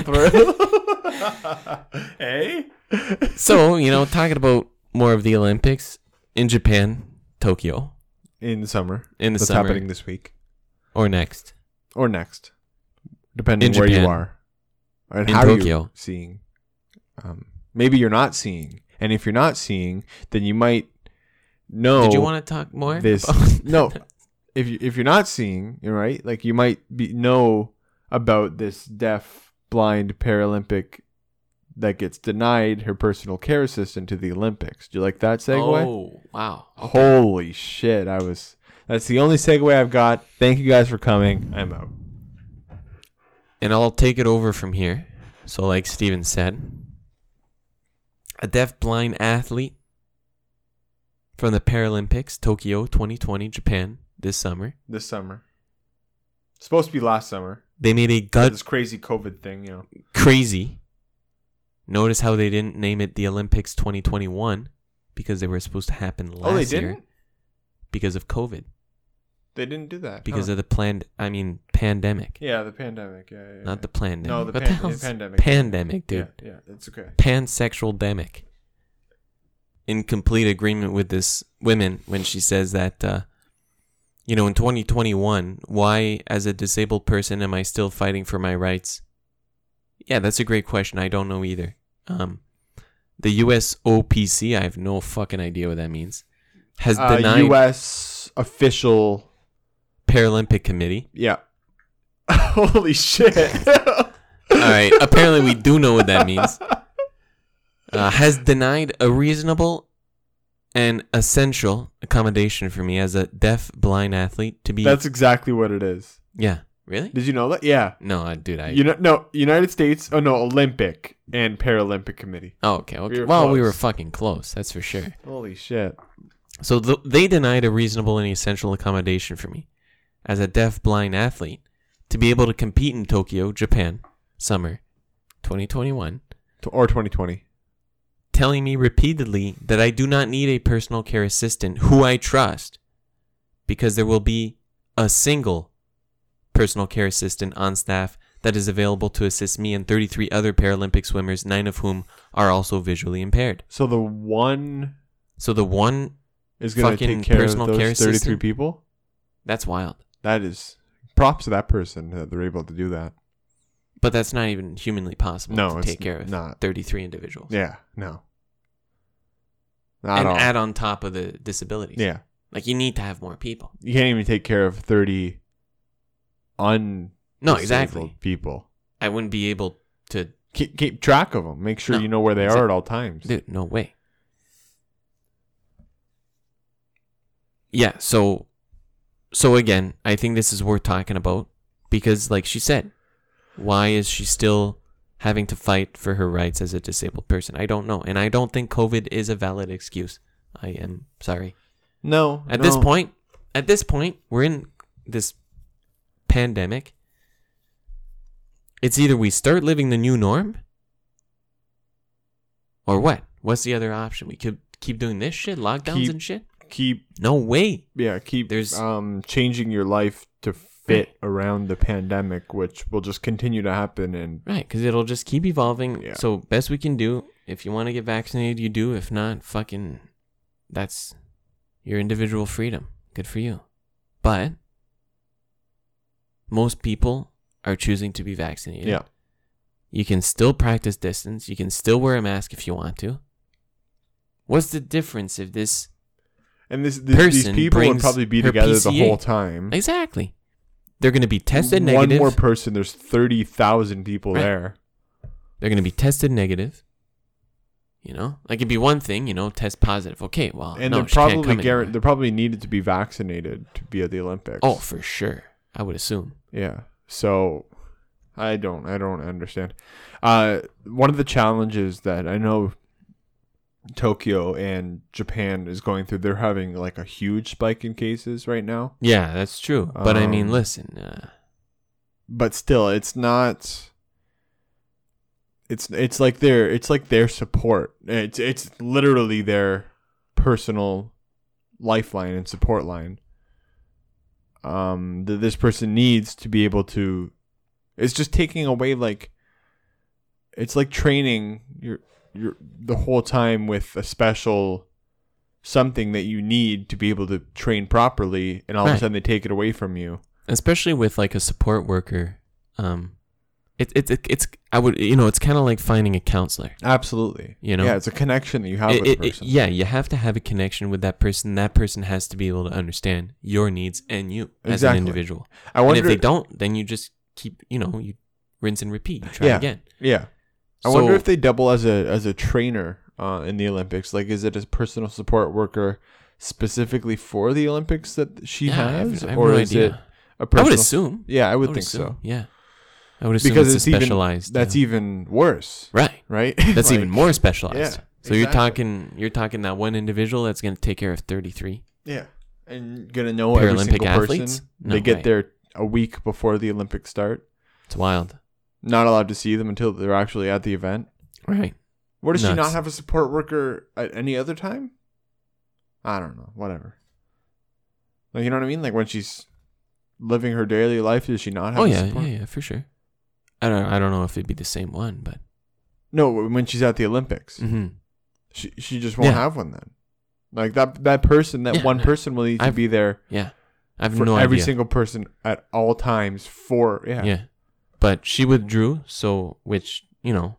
thrill. eh?
so you know, talking about more of the Olympics in Japan, Tokyo,
In the summer.
in the
That's
summer
happening this week
or next.
or next, depending
In
where
Japan.
you are and
In
how
Tokyo.
you're seeing. Um, maybe you're not seeing, and if you're not seeing, then you might know.
Did you want to talk more?
Oh, this-
about-
no if you if you're not seeing you're right like you might be know about this deaf blind paralympic that gets denied her personal care assistant to the olympics do you like that segue
Oh wow!
holy shit i was that's the only segue i've got thank you guys for coming i'm out
And I'll take it over from here. So, like Steven said, a deaf-blind athlete from the Paralympics Tokyo 2020 Japan this summer.
this summer supposed to be last summer
They made a
but
gut
this crazy covid thing you know
crazy. Notice how they didn't name it the Olympics 2021 because they were supposed to happen last
oh they
year
didn't
because of COVID,
they didn't do that
because
huh.
of the planned, I mean, pandemic,
yeah the pandemic yeah, yeah
not the pandemic.
no the,
What
pan-
hell's-
the pandemic
Pandemic, dude.
yeah yeah it's okay
pansexual demic in complete agreement with this woman when she says that uh, you know in 2021 why as a disabled person am i still fighting for my rights yeah that's a great question i don't know either um, the usopc i have no fucking idea what that means has
uh,
denied
U.S. official.
paralympic committee
Yeah. Holy shit!
all right apparently we do know what that means uh, has denied a reasonable and essential accommodation for me as a deaf blind athlete to be.
That's exactly what it is.
yeah. Really?
Did you know that? Yeah.
No, I- dude. I.
You know, no United States. Oh no, Olympic and Paralympic Committee.
oh, okay. okay.
were
well, we were
close.
fucking close. That's for sure.
Holy shit!
So th- they denied a reasonable and essential accommodation for me as a deaf blind athlete to be able to compete in Tokyo, Japan, summer 2021.
To- Or 2020.
telling me repeatedly that I do not need a personal care assistant who I trust because there will be a single personal care assistant on staff that is available to assist me and 33 other Paralympic swimmers, nine of whom are also visually impaired.
So the one
So the one,
is going to
Fucking
take care of
personal
those
care
33
assistant?
people.
that's wild.
That is props to that person that they're able to do that.
But that's not even humanly possible
No,
to
it's
take care of
not.
33 individuals.
Yeah. No. Not
And
all.
add on top of the disabilities.
yeah.
Like you need to have more people.
you can't even take care of 30 un
No,
disabled
exactly.
people
I wouldn't be able to
keep, keep track of them make sure
No,
you know where they
exact-
are at all times
Dude, no way. Yeah, so so again, I think this is worth talking about because like she said, why is she still having to fight for her rights as a disabled person? I don't know. And I don't think COVID is a valid excuse. I am sorry.
no
At
no.
this point, at this point, we're in this pandemic. It's either we start living the new norm or what? What's the other option? We could keep doing this shit, lockdowns
Keep-
and shit?
keep
No way.
yeah keep
There's-
um changing your life to f- fit around the pandemic, which will just continue to happen. And
Right, because it'll just keep evolving.
Yeah.
So best we can do, if you want to get vaccinated, you do. If not, fucking, that's your individual freedom. Good for you. But most people are choosing to be vaccinated.
yeah,
You can still practice distance. You can still wear a mask if you want to. What's the difference if this
and this, this these
Person
people would
brings
probably be
her
together the
PCA.
whole time.
exactly? They're going to be tested
Hmm? One
negative.
more person. There's thirty thousand people
Right.
there.
they're going to be tested negative. You know, like it'd be one thing, you know, test positive. Okay, well,
and
Oh, no,
they're
she can't
probably
come
guar-
anymore.
they're probably needed to be vaccinated to be at the Olympics.
Oh, for sure. I would assume.
yeah. So I don't I don't understand. Uh, one of the challenges that I know Tokyo and Japan is going through, they're having like a huge spike in cases right now.
Yeah, that's true. But I mean,
Um,
listen. Uh,
But still, it's not. It's it's like their it's like their support. It's it's literally their personal lifeline and support line um that this person needs to be able to it's just taking away like it's like training your your the whole time with a special something that you need to be able to train properly and all of a
Right.
sudden they take it away from you
especially with like a support worker, um, it, it, it it's I would you know it's kind of like finding a counselor.
absolutely
You know?
yeah it's a connection that you have
It-
with a
it- it-
person
yeah, you have to have a connection with that person. That person has to be able to understand your needs and you as an
Exactly.
individual.
i
And
wonder
if they don't, then you just keep you know you rinse and repeat. You try
Yeah.
again.
yeah I
So-
wonder if they double as a as a trainer uh, in the Olympics. Like, is it a personal support worker specifically for the Olympics that she
Yeah, I have-
has,
I have
or
no
is it
idea.
a
I
personal?
would assume.
Yeah, I would, think
assume,
so.
Yeah, I would assume
Because
it's, a
it's even-
specialized.
That's even worse,
right.
right?
That's even
Like,
more specialized.
yeah,
so you're
exactly.
talking you're talking that one individual that's going to take care of 33.
Yeah, and gonna know every
Paralympic
single
athletes?
person.
No
they get
way.
there a week before the Olympics start.
It's wild.
Not allowed to see them until they're actually at the event.
Right.
Where does she not
Nuts.
have a support worker at any other time? I don't know. Whatever. Like you know what I mean? Like when she's living her daily life, does she not have?
Oh
a
yeah,
support?
yeah, yeah, for sure. I don't I don't know if it'd be the same one, but
No, when she's at the Olympics,
Mhm.
she she just won't
Yeah.
have one then. Like that that person, that
Yeah,
one
no.
person will need to
I've-
be there
yeah. I've
for
no
every
idea.
single person at all times. For yeah,
yeah. But she withdrew, so which, you know,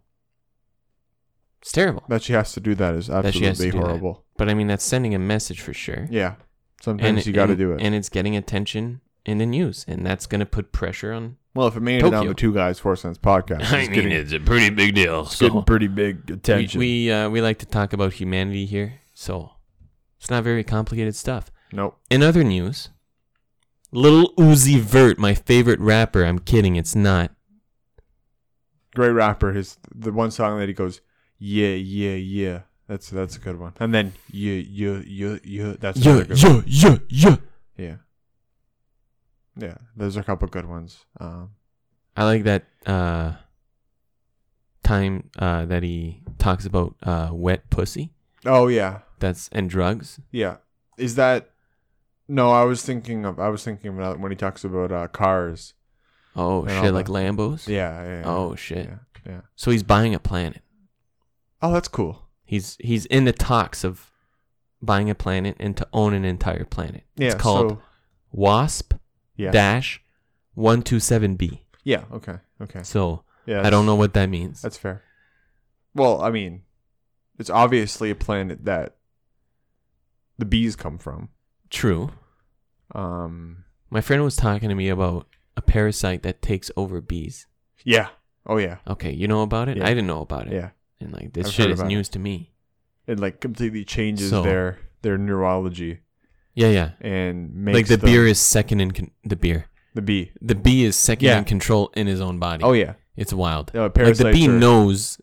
it's terrible.
that she has to do that is
That she has to
absolutely
do that.
horrible.
But I mean, that's sending a message for sure.
Yeah, sometimes you got to
and-
do it.
And it's getting attention in the news, and that's going to put pressure on
well, if it made it on
Tokyo.
the two guys four cents podcast, it's getting,
a pretty big deal.
it's getting pretty big
we
attention.
we, uh, we like to talk about humanity here, so it's not very complicated stuff.
nope.
In other news, Little Uzi Vert, my favorite rapper. I'm kidding, it's not.
great rapper. His the one song that he goes, yeah, yeah, yeah. That's that's a good one. And then yeah, yeah, yeah, yeah. That's another
Yeah,
good one.
yeah, yeah, yeah.
Yeah, yeah. Those are a couple good ones. Um,
I like that uh, time uh, that he talks about uh, wet pussy.
oh yeah,
That's and drugs.
yeah. Is that? No, I was thinking of I was thinking of another- when he talks about uh, cars.
Oh
And all
shit, like
that.
Lambos.
Yeah, yeah. yeah.
Oh shit.
yeah, yeah.
So he's buying a planet.
Oh, that's cool.
He's he's in the talks of buying a planet and to own an entire planet.
Yeah,
it's called
so-
Wasp
yeah,
dash one two seven B.
yeah. Okay, okay.
So
Yeah,
I don't know what that means.
That's fair. Well, I mean, it's obviously a planet that the bees come from.
True.
Um,
My friend was talking to me about a parasite that takes over bees.
yeah. Oh yeah.
Okay, you know about it?
Yeah.
I didn't know about it.
Yeah.
And like this
I've
shit
heard
is
about
news to me.
It like completely changes
So-
their their neurology
Yeah, yeah.
and makes
like the
them-
beer is second in con- the beer.
the bee.
The bee is second
Yeah.
in control in his own body.
Oh yeah.
It's wild.
No,
Like the
parasites
bee
are-
knows.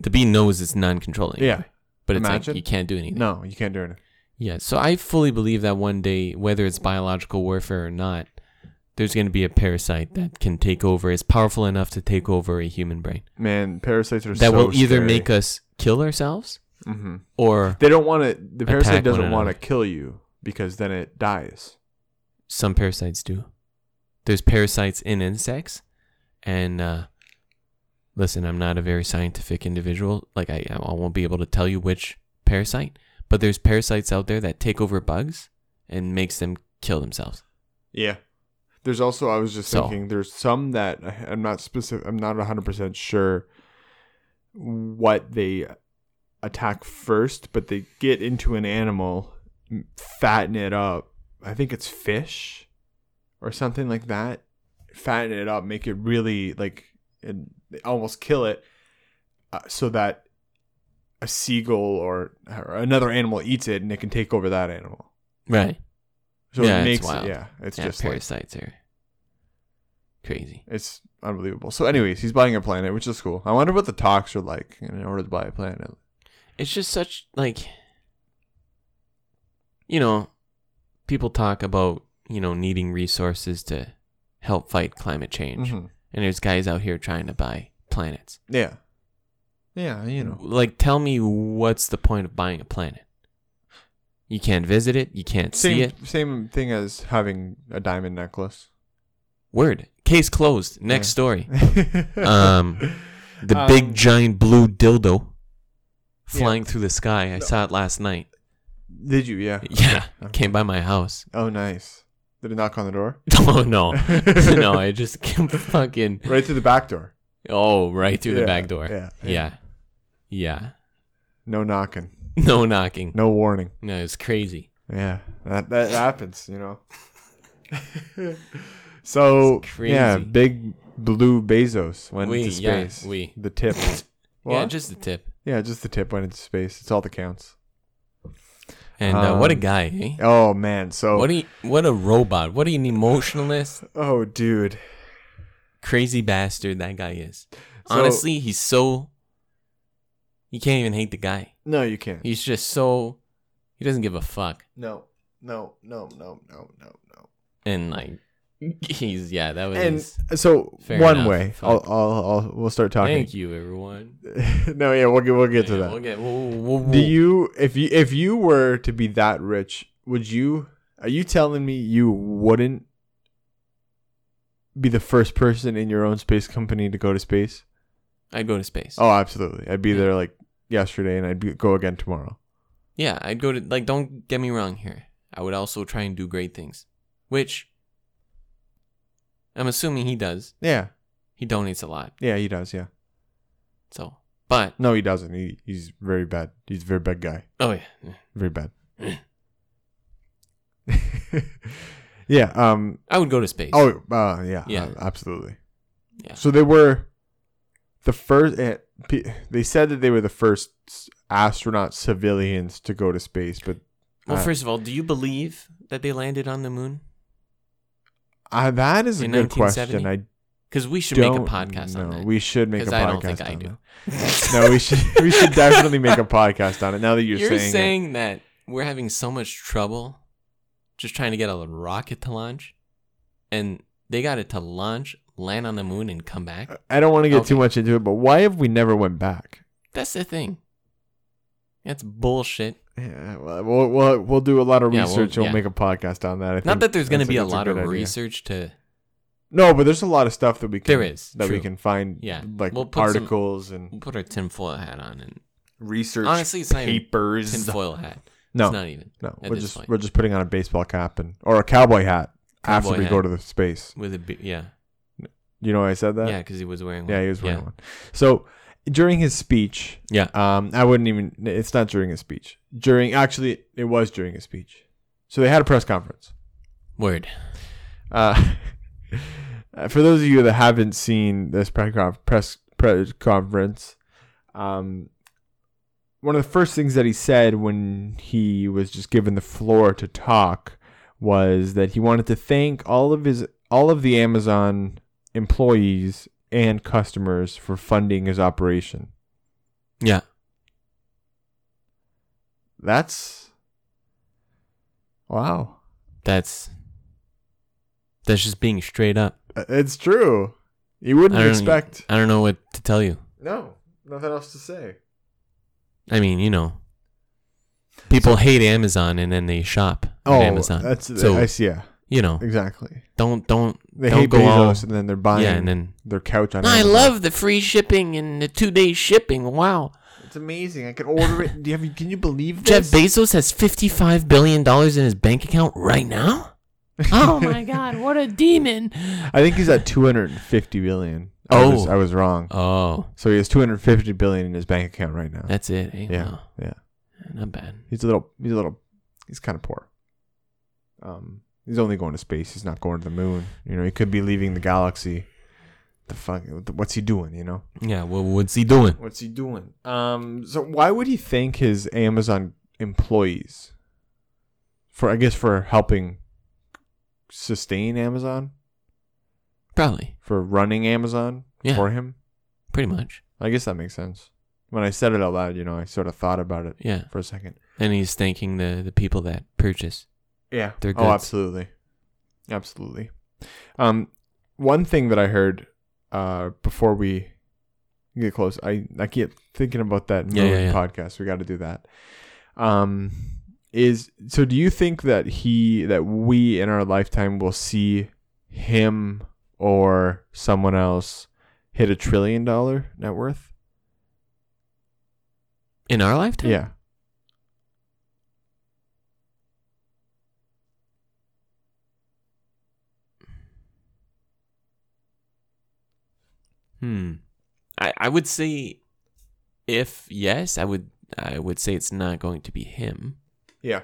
The bee knows it's non-controlling.
Yeah.
but it's
Imagine.
like you can't do anything.
No, you can't do anything.
Yeah, so I fully believe that one day, whether it's biological warfare or not, there's going to be a parasite that can take over. It's powerful enough to take over a human brain
Man, parasites are
that will either make us kill ourselves
hmm
or
They don't want to. The
Attack
parasite
one
doesn't want to
another.
kill you because then it dies.
some parasites do. There's parasites in insects, and uh, listen, I'm not a very scientific individual. Like I, I won't be able to tell you which parasite, but there's parasites out there that take over bugs and makes them kill themselves.
Yeah. There's also I was just
So-
thinking there's some that I- I'm not specific I'm not 100% sure what they attack first, but they get into an animal, m- fatten it up. I think it's fish or something like that. Fatten it up, make it really like and they almost kill it uh, so that a seagull or, or another animal eats it and it can take over that animal.
Right.
So
Yeah,
it
it's
makes
wild.
yeah, it's
yeah,
just like,
parasites are crazy.
It's unbelievable. So, anyways, he's buying a planet, which is cool. I wonder what the talks are like in order to buy a planet.
It's just such like you know, people talk about, you know, needing resources to help fight climate change.
Mhm.
And there's guys out here trying to buy planets.
Yeah, yeah, you know.
Like tell me what's the point of buying a planet? You can't visit it, you can't see
Same
it.
same thing as having a diamond necklace.
Word. Case closed. Next
Yeah.
story. Um, The big
Um,
giant blue dildo
Yeah.
flying through the sky. I saw it last night.
Did you? Yeah.
Yeah,
Okay.
came by my house.
Oh, nice. Did it knock on the door?
Oh no, no! I just came fucking
Right through the back door.
oh right through
Yeah,
the back door.
yeah,
yeah, yeah.
No knocking.
No knocking.
No warning.
No, it's crazy.
Yeah, that that happens, you know. so
It's crazy.
yeah, big blue Bezos went
We-
into
yeah,
space.
we.
the tip.
Yeah,
What?
just the tip.
yeah, just the tip went into space. It's all that counts.
And uh, what a
Um,
guy, eh?
Oh man, so
What a what a robot. What an emotionalist,
oh dude,
crazy bastard that guy is.
So-
Honestly, he's so. You can't even hate the guy.
no, you can't.
He's just so. He doesn't give a fuck,
no, no, no, no, no, no, no.
and like, he's yeah. That was.
And
his-
so
Fair
one
enough.
way,
Fuck.
I'll, I'll, I'll, we'll start talking.
Thank you, everyone.
no, yeah, we'll get, we'll get to
Yeah,
that.
We'll get, we'll, we'll,
Do
we'll-
you if you if you were to be that rich, would you are you telling me you wouldn't be the first person in your own space company to go to space?
I'd go to space.
Oh, absolutely. I'd be there like yesterday and I'd be, go again tomorrow.
Yeah, I'd go to like. Don't get me wrong here. I would also try and do great things, which I'm assuming he does.
Yeah.
He donates a lot,
Yeah, he does, yeah.
so. But
No, he doesn't. He he's very bad. He's a very bad guy.
oh yeah,
Very bad. yeah, um
I would go to space.
Oh, uh, yeah,
Yeah.
yeah, absolutely.
Yeah.
So they were the first. eh, pe- They said that they were the first s- astronaut civilians to go to space, but
well,
uh,
first of all, do you believe that they landed on the moon?
uh, that is a
In
good question.
1970?
I
Because we should
don't
make a podcast
know.
on that.
We should make a
'Cause I
podcast.
don't think I
on
do.
that. no, we should. We should definitely make a podcast on it. Now that you're,
You're,
saying,
saying,
it.
that we're having so much trouble just trying to get a rocket to launch, and they got it to launch, land on the moon, and come back.
I don't want to get too
Okay.
much into it, but why have we never went back?
That's the thing. That's bullshit.
Yeah, well, we'll we'll, we'll do a lot of
Yeah, we'll-
research. We'll,
yeah.
make a podcast on that. I think
Not that there's going to
that's
be a
that's
lot
good
of
idea.
research to.
No, but there's a lot of stuff that we can
There is,
that we
true.
can find.
Yeah.
like
We'll put some-
articles and
We'll put our tinfoil hat on and
research
honestly, it's not even
papers.
tinfoil hat.
no,
It's not even
no,
at
we're
this
just
point.
we're just putting on a baseball cap and or a cowboy hat after
Cowboy
we go
hat.
to the space.
with a b- yeah
You know, why I said that.
yeah because he was wearing one.
yeah, he was wearing one. So during his speech,
Yeah.
um, I wouldn't even. It's not during his speech. During actually, it was during his speech. So they had a press conference.
Word.
Uh, for those of you that haven't seen this press con- press, press conference, um, one of the first things that he said when he was just given the floor to talk was that he wanted to thank all of his all of the Amazon employees and customers for funding his operation.
Yeah.
That's wow.
That's that's just being straight up.
Uh, It's true. You wouldn't
I don't- e-
expect
I don't know what to tell you.
No, nothing else to say.
I mean, you know, people hate Amazon and then they shop
Oh,
at Amazon.
that's
so
I see. Yeah,
you know,
Exactly.
don't don't
They
don't
hate
go all
Bezos, and then they're buying
yeah, and then
their couch on.
I
Amazon.
love the free shipping and the two day shipping. Wow,
It's amazing. I can order it. Do you have? Can you believe
Jeff
this?
Bezos has fifty five billion dollars in his bank account right now. Oh my God, what a demon!
I think he's at 250 billion. I
Oh.
was, I was wrong.
Oh,
So he has 250 billion in his bank account right now.
that's it. eh?
yeah,
Wow.
yeah.
not bad.
He's a little. He's a little. He's kind of poor. Um, he's only going to space. He's not going to the moon. You know, he could be leaving the galaxy. The fuck? What's he doing? You know,
Yeah, well, what's he doing?
what's he doing? Um, so why would he thank his Amazon employees for? I guess for helping sustain Amazon,
Probably,
for running Amazon
Yeah.
for him.
pretty much.
I guess that makes sense. When I said it out loud, you know, I sort of thought about it
Yeah,
for a second.
and he's thanking the the people that purchase.
Yeah.
They're
oh,
goods.
absolutely. Absolutely. Um, one thing that I heard uh, before we get close, I, I keep thinking about that
Yeah,
moon
yeah, yeah.
podcast. We got to do that. Um, is so? Do you think that he that we in our lifetime will see him or someone else hit a trillion dollar net worth?
In our lifetime?
Yeah.
Hmm. I, I would say if yes, I would I would say it's not going to be him.
Yeah.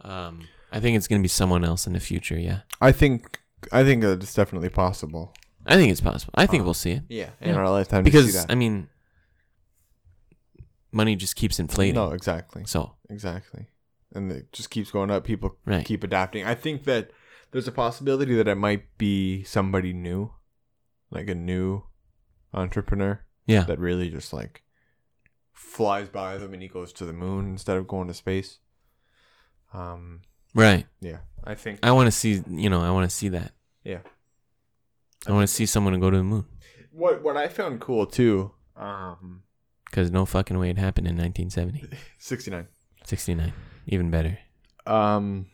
Um I think it's gonna be someone else in the future, yeah.
I think I think that it's definitely possible.
I think it's possible. I think
Uh,
we'll see it.
Yeah,
in Yeah.
our lifetime
Because I mean money just keeps inflating.
no, exactly,
So
exactly, and it just keeps going up. People
Right.
keep adapting. I think that there's a possibility that it might be somebody new, like a new entrepreneur
yeah.
that really just like flies by them and he goes to the moon instead of going to space. Um,
Right.
yeah, I think
I wanna see you know, I wanna see that.
Yeah.
I wanna see someone go to the moon.
what what I found cool too. Um,
Because no fucking way it happened in 1970.
sixty nine.
69. Even better.
um,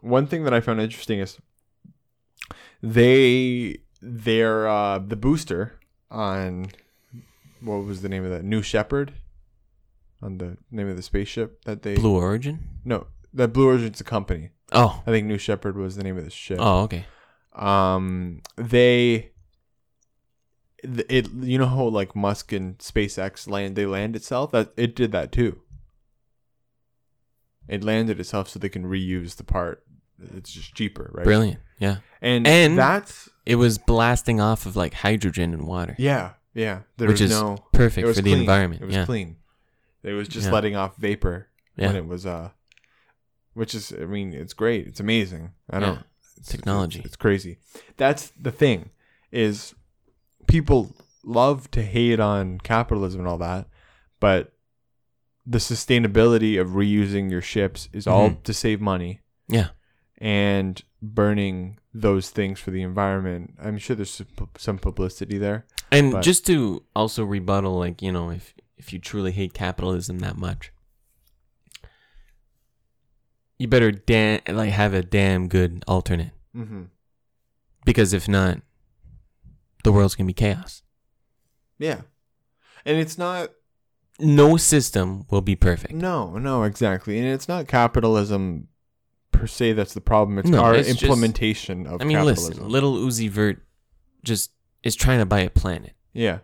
one thing that I found interesting is they their uh, the booster on what was the name of that New Shepard on the name of the spaceship that they
Blue Origin?
no that Blue Origin's a company
Oh.
I think New Shepard was the name of the ship
Oh, okay.
um they th- it you know how like Musk and SpaceX land they land itself that it did that too. It landed itself so they can reuse the part. It's just cheaper, right?
Brilliant. Yeah.
And,
And-
that's
it was blasting off of like hydrogen and water,
yeah, yeah. There
which
was
is
no
perfect
it was
for the
clean.
environment.
It was
yeah,
clean. It was just
Yeah.
letting off vapor when
Yeah.
it was uh which is I mean, it's great. It's amazing. I don't
Yeah. Technology.
It's, it's crazy. That's the thing is people love to hate on capitalism and all that, but the sustainability of reusing your ships is all to save money
Mm-hmm. yeah,
and burning those things for the environment. I'm sure there's some pu- some publicity there.
and
But-
just to also rebuttal, like you know, if if you truly hate capitalism that much, you better damn like have a damn good alternate,
Mm-hmm.
because if not, the world's gonna be chaos.
Yeah. And it's not
No system will be perfect.
No, no, exactly. And it's not capitalism per se that's the problem. It's
No,
our
it's just-
implementation of
I mean,
capitalism.
listen, little Uzi Vert just is trying to buy a planet.
yeah.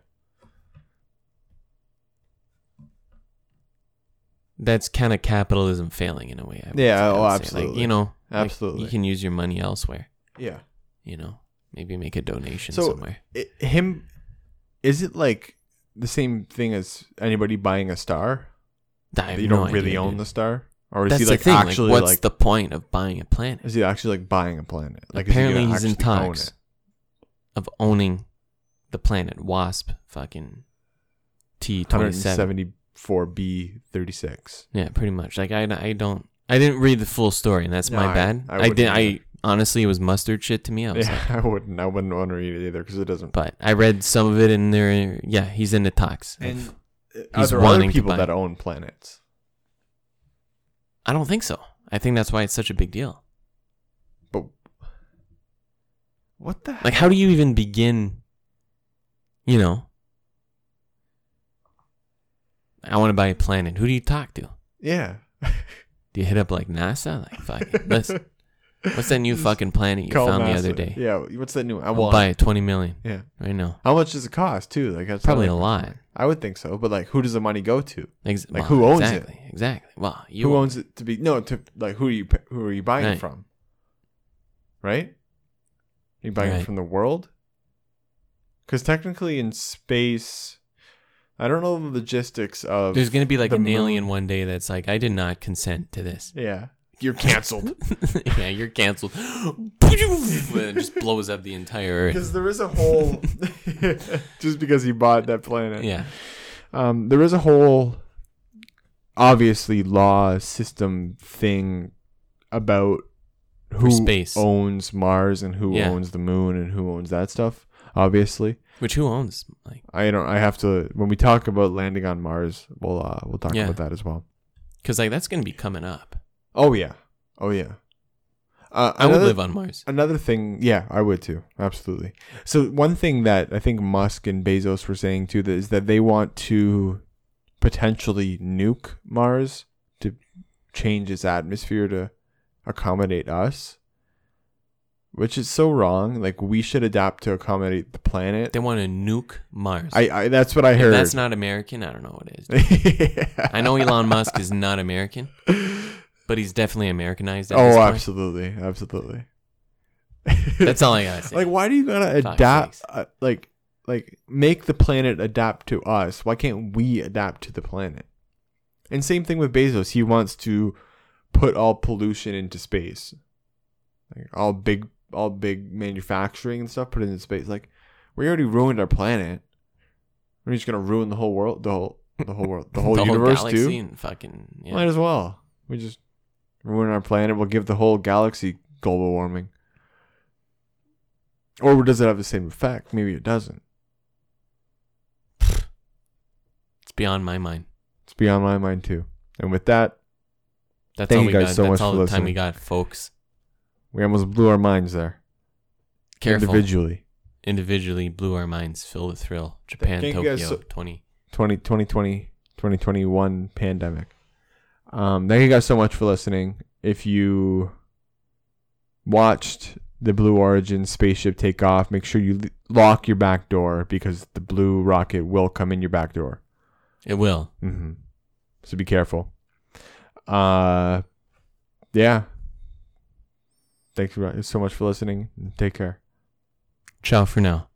that's kind of capitalism failing in a way. I would-
Yeah,
I would
oh,
say. Like,
absolutely.
you know, like,
Absolutely.
you can use your money elsewhere.
Yeah.
You know, maybe make a donation
So-
somewhere.
I him is it like the same thing as anybody buying a star?
I have
you
no
don't really
idea,
own
dude.
the star? Or is
That's
he like
the thing.
actually
like,
like,
what's the point of buying a planet?
is he actually like buying a planet? Like
Apparently,
is
he's
he
in
gonna actually own
talks
it?
of owning the planet. Wasp, fucking T twenty seven.
174 B thirty six.
Yeah, pretty much. Like I, I don't. I didn't read the full story, and that's
No,
my
I-
bad.
I
I,
wouldn't
did. I
either.
honestly, it was mustard shit to me. I was like,
Yeah, I wouldn't. I wouldn't want to read it either because it doesn't.
but I read some of it, and there. Yeah, he's into talks. of-
And are
he's
there other
wanting to
people
buy-
that own planets?
I don't think so. I think that's why it's such a big deal.
But What the heck?
Like, how do you even begin? You know, I want to buy a planet. Who do you talk to? Do
Yeah.
you hit up like NASA? Like, fuck, let's, what's that new
Just
fucking planet you
call
found the
NASA.
other day?
Yeah. What's that new? I
I'll
want.
buy it twenty million
Yeah.
right now.
How much does it cost too? Like that's
Probably a
another
lot.
question. I would think so, but like, who does the money go to?
Ex-
Like, who owns it?
exactly, it? Exactly. Well, you
who owns it to be? No, to like, who are you? pa- Who are you buying
Right.
it from? Right. Are you buying
Right.
it from the world? Because technically, in space, I don't know the logistics of.
There's gonna be like
the
an alien one day that's like, I did not consent to this.
yeah, you're canceled.
yeah, you're canceled. and it just blows up the entire earth.
Because there is a whole. just because he bought that planet.
Yeah,
um, there is a whole obviously law system thing about who
space.
owns Mars and who
Yeah.
owns the moon and who owns that stuff. Obviously,
which who owns? Like,
I don't. I have to when we talk about landing on Mars, we'll uh, we'll talk
Yeah.
about that as well.
because like that's gonna be coming up.
Oh yeah, oh yeah. Uh,
I would
another-
live on Mars.
Another thing, yeah, I would too, absolutely. So one thing that I think Musk and Bezos were saying too that is that they want to potentially nuke Mars to change its atmosphere to accommodate us, which is so wrong. Like we should adapt to accommodate the planet.
They want to nuke Mars.
I, I that's what I
If
heard.
that's not American. I don't know what is. I know Elon Musk is not American, but he's definitely Americanized. At this
oh,
point.
absolutely, absolutely.
That's all I gotta say.
Like, why do you gotta
Fuck
adapt?
sakes.
Uh, like, like make the planet adapt to us. Why can't we adapt to the planet? And same thing with Bezos. He wants to put all pollution into space, like all big, all big manufacturing and stuff put into space. Like, we already ruined our planet. We're just gonna ruin the whole world, the whole, the whole world, the whole universe
galaxy
too.
and fucking yeah.
Might as well. We just ruin our planet. We'll give the whole galaxy global warming. Or does it have the same effect? Maybe it doesn't.
it's beyond my mind.
It's beyond my mind too. And with that,
That's
Thank
all
you
we
guys
got.
so
that's
much
all the
for
time we
listening.
got, folks.
we almost blew our minds there.
Careful.
Individually.
individually blew our minds, filled with thrill. Japan,
Thank you
Tokyo,
guys so-
20.
20, 2020, 2021 pandemic. Um, thank you guys so much for listening. If you watched the Blue Origin spaceship take off, make sure you l- lock your back door because the blue rocket will come in your back door.
It will.
Mm-hmm. So be careful. Uh, yeah. Thanks so much for listening. Take care.
Ciao for now.